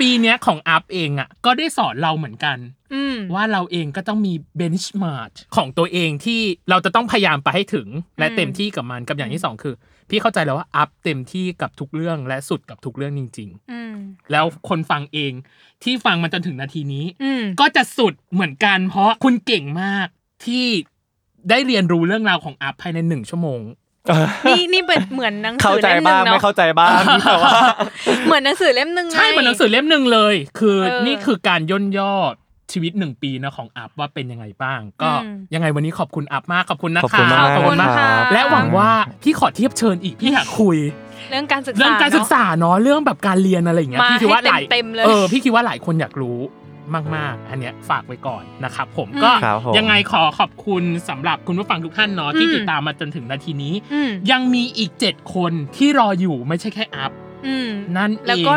ปีเนี้ยของอัพเองอะก็ได้สอนเราเหมือนกัน อืม ว่าเราเองก็ต้องมีเบนช์มาร์กของตัวเองที่เราจะต้องพยายามไปให้ถึง และ อืม เต็มที่กับมันกับอย่างที่สองคือ พี่เข้าใจแล้วว่าอัพเต็มที่กับทุกเรื่องและสุดกับทุกเรื่องจริง อืม ๆ แล้วคนฟังเองที่ฟังมาจนถึงนาทีนี้ อืม ก็จะสุดเหมือนกัน เพราะคุณเก่งมากที่ได้เรียนรู้เรื่องราวของอัพภายในหนึ่งชั่วโมง นี่นี่เป็นเหมือนหนังสื (laughs) เข้า อ ใจ เล่มหนึ่ บ้าง งไม่ เนาะ เข้าใจบ้างแต่ว่า เหมือนหนังสือเล่มหนึ่งไง ใช่เหมือนหนังสือเล่มหนึ่งเลย คือ เออ นี่คือการย่นย่อชีวิตหนึ่งปีนะของอัพว่าเป็นยังไงบ้าง ก็ อืม ยังไงวันนี้ขอบคุณอัพมากขอบคุณนะ ขอบ คะ คุณมาก ขอบคุณ นะ ค่ะ รับ และหวังว่าพี่ขอเทียบเชิญอีกพี่อยากคุย เรื่องการศึกษา เรื่องการศึกษาเนาะเรื่องแบบการเรียนอะไรอย่างเงี้ย มา พี่คิดว่าหลาย เต็มๆเลย เออพี่คิดว่าหลายคนอยากรู้มาก ๆ อันเนี้ยฝากไว้ก่อนนะครับผม อืม ก็ ครับผม ยังไงขอขอบคุณสำหรับคุณผู้ฟังทุกท่านเนาะที่ อืม ติดตามมาจนถึงนาทีนี้ อืม ยังมีอีก 7 คนที่รออยู่ไม่ใช่แค่อัพ อืม นั่นเอง แล้วก็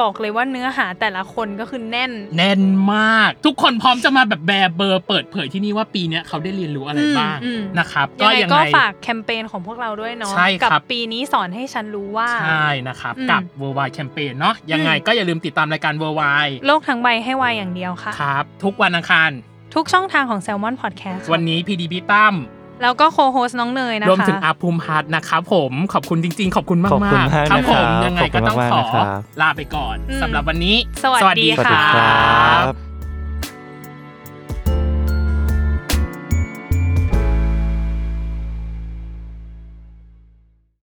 บอกเลยว่าเนื้อหาแต่ละคนก็คือแน่น แน่นมาก ทุกคนพร้อมจะมาแบบแบร์เบอร์เปิดเผยที่นี่ว่าปีเนี้ยเขาได้เรียนรู้อะไรบ้าง อืมอืม นะครับ ยังไงก็ฝากแคมเปญของพวกเราด้วยเนาะ ใช่ กั ครับ ปีนี้สอนให้ฉันรู้ว่า ใช่นะครับ อืม กับ Worldwide Campaign เนาะยังไง อืม ก็อย่าลืมติดตามรายการ Worldwide โลกทั้งใบให้วายอย่างเดียวค่ะ ครับ ทุกวันอังคาร ทุกช่องทางของ s ซ l m o n Podcast ค่ะ วันนี้พีดีพี่ตั้ม แล้วก็โคโฮสน้องเนยนะคะ รวมถึงอาภูมิพัฒน์นะครับผมขอบคุณจริง ๆ ขอบคุณมาก ขอบคุณมาก ๆครับ นะ ผ ครั ม บ ยังไงก็ต้อง ขอบ ขอคุณมากๆนะครับ ลาไปก่อน อืม สำหรับวันนี้ สวัสดี สวัสดีค ค่ะ รับ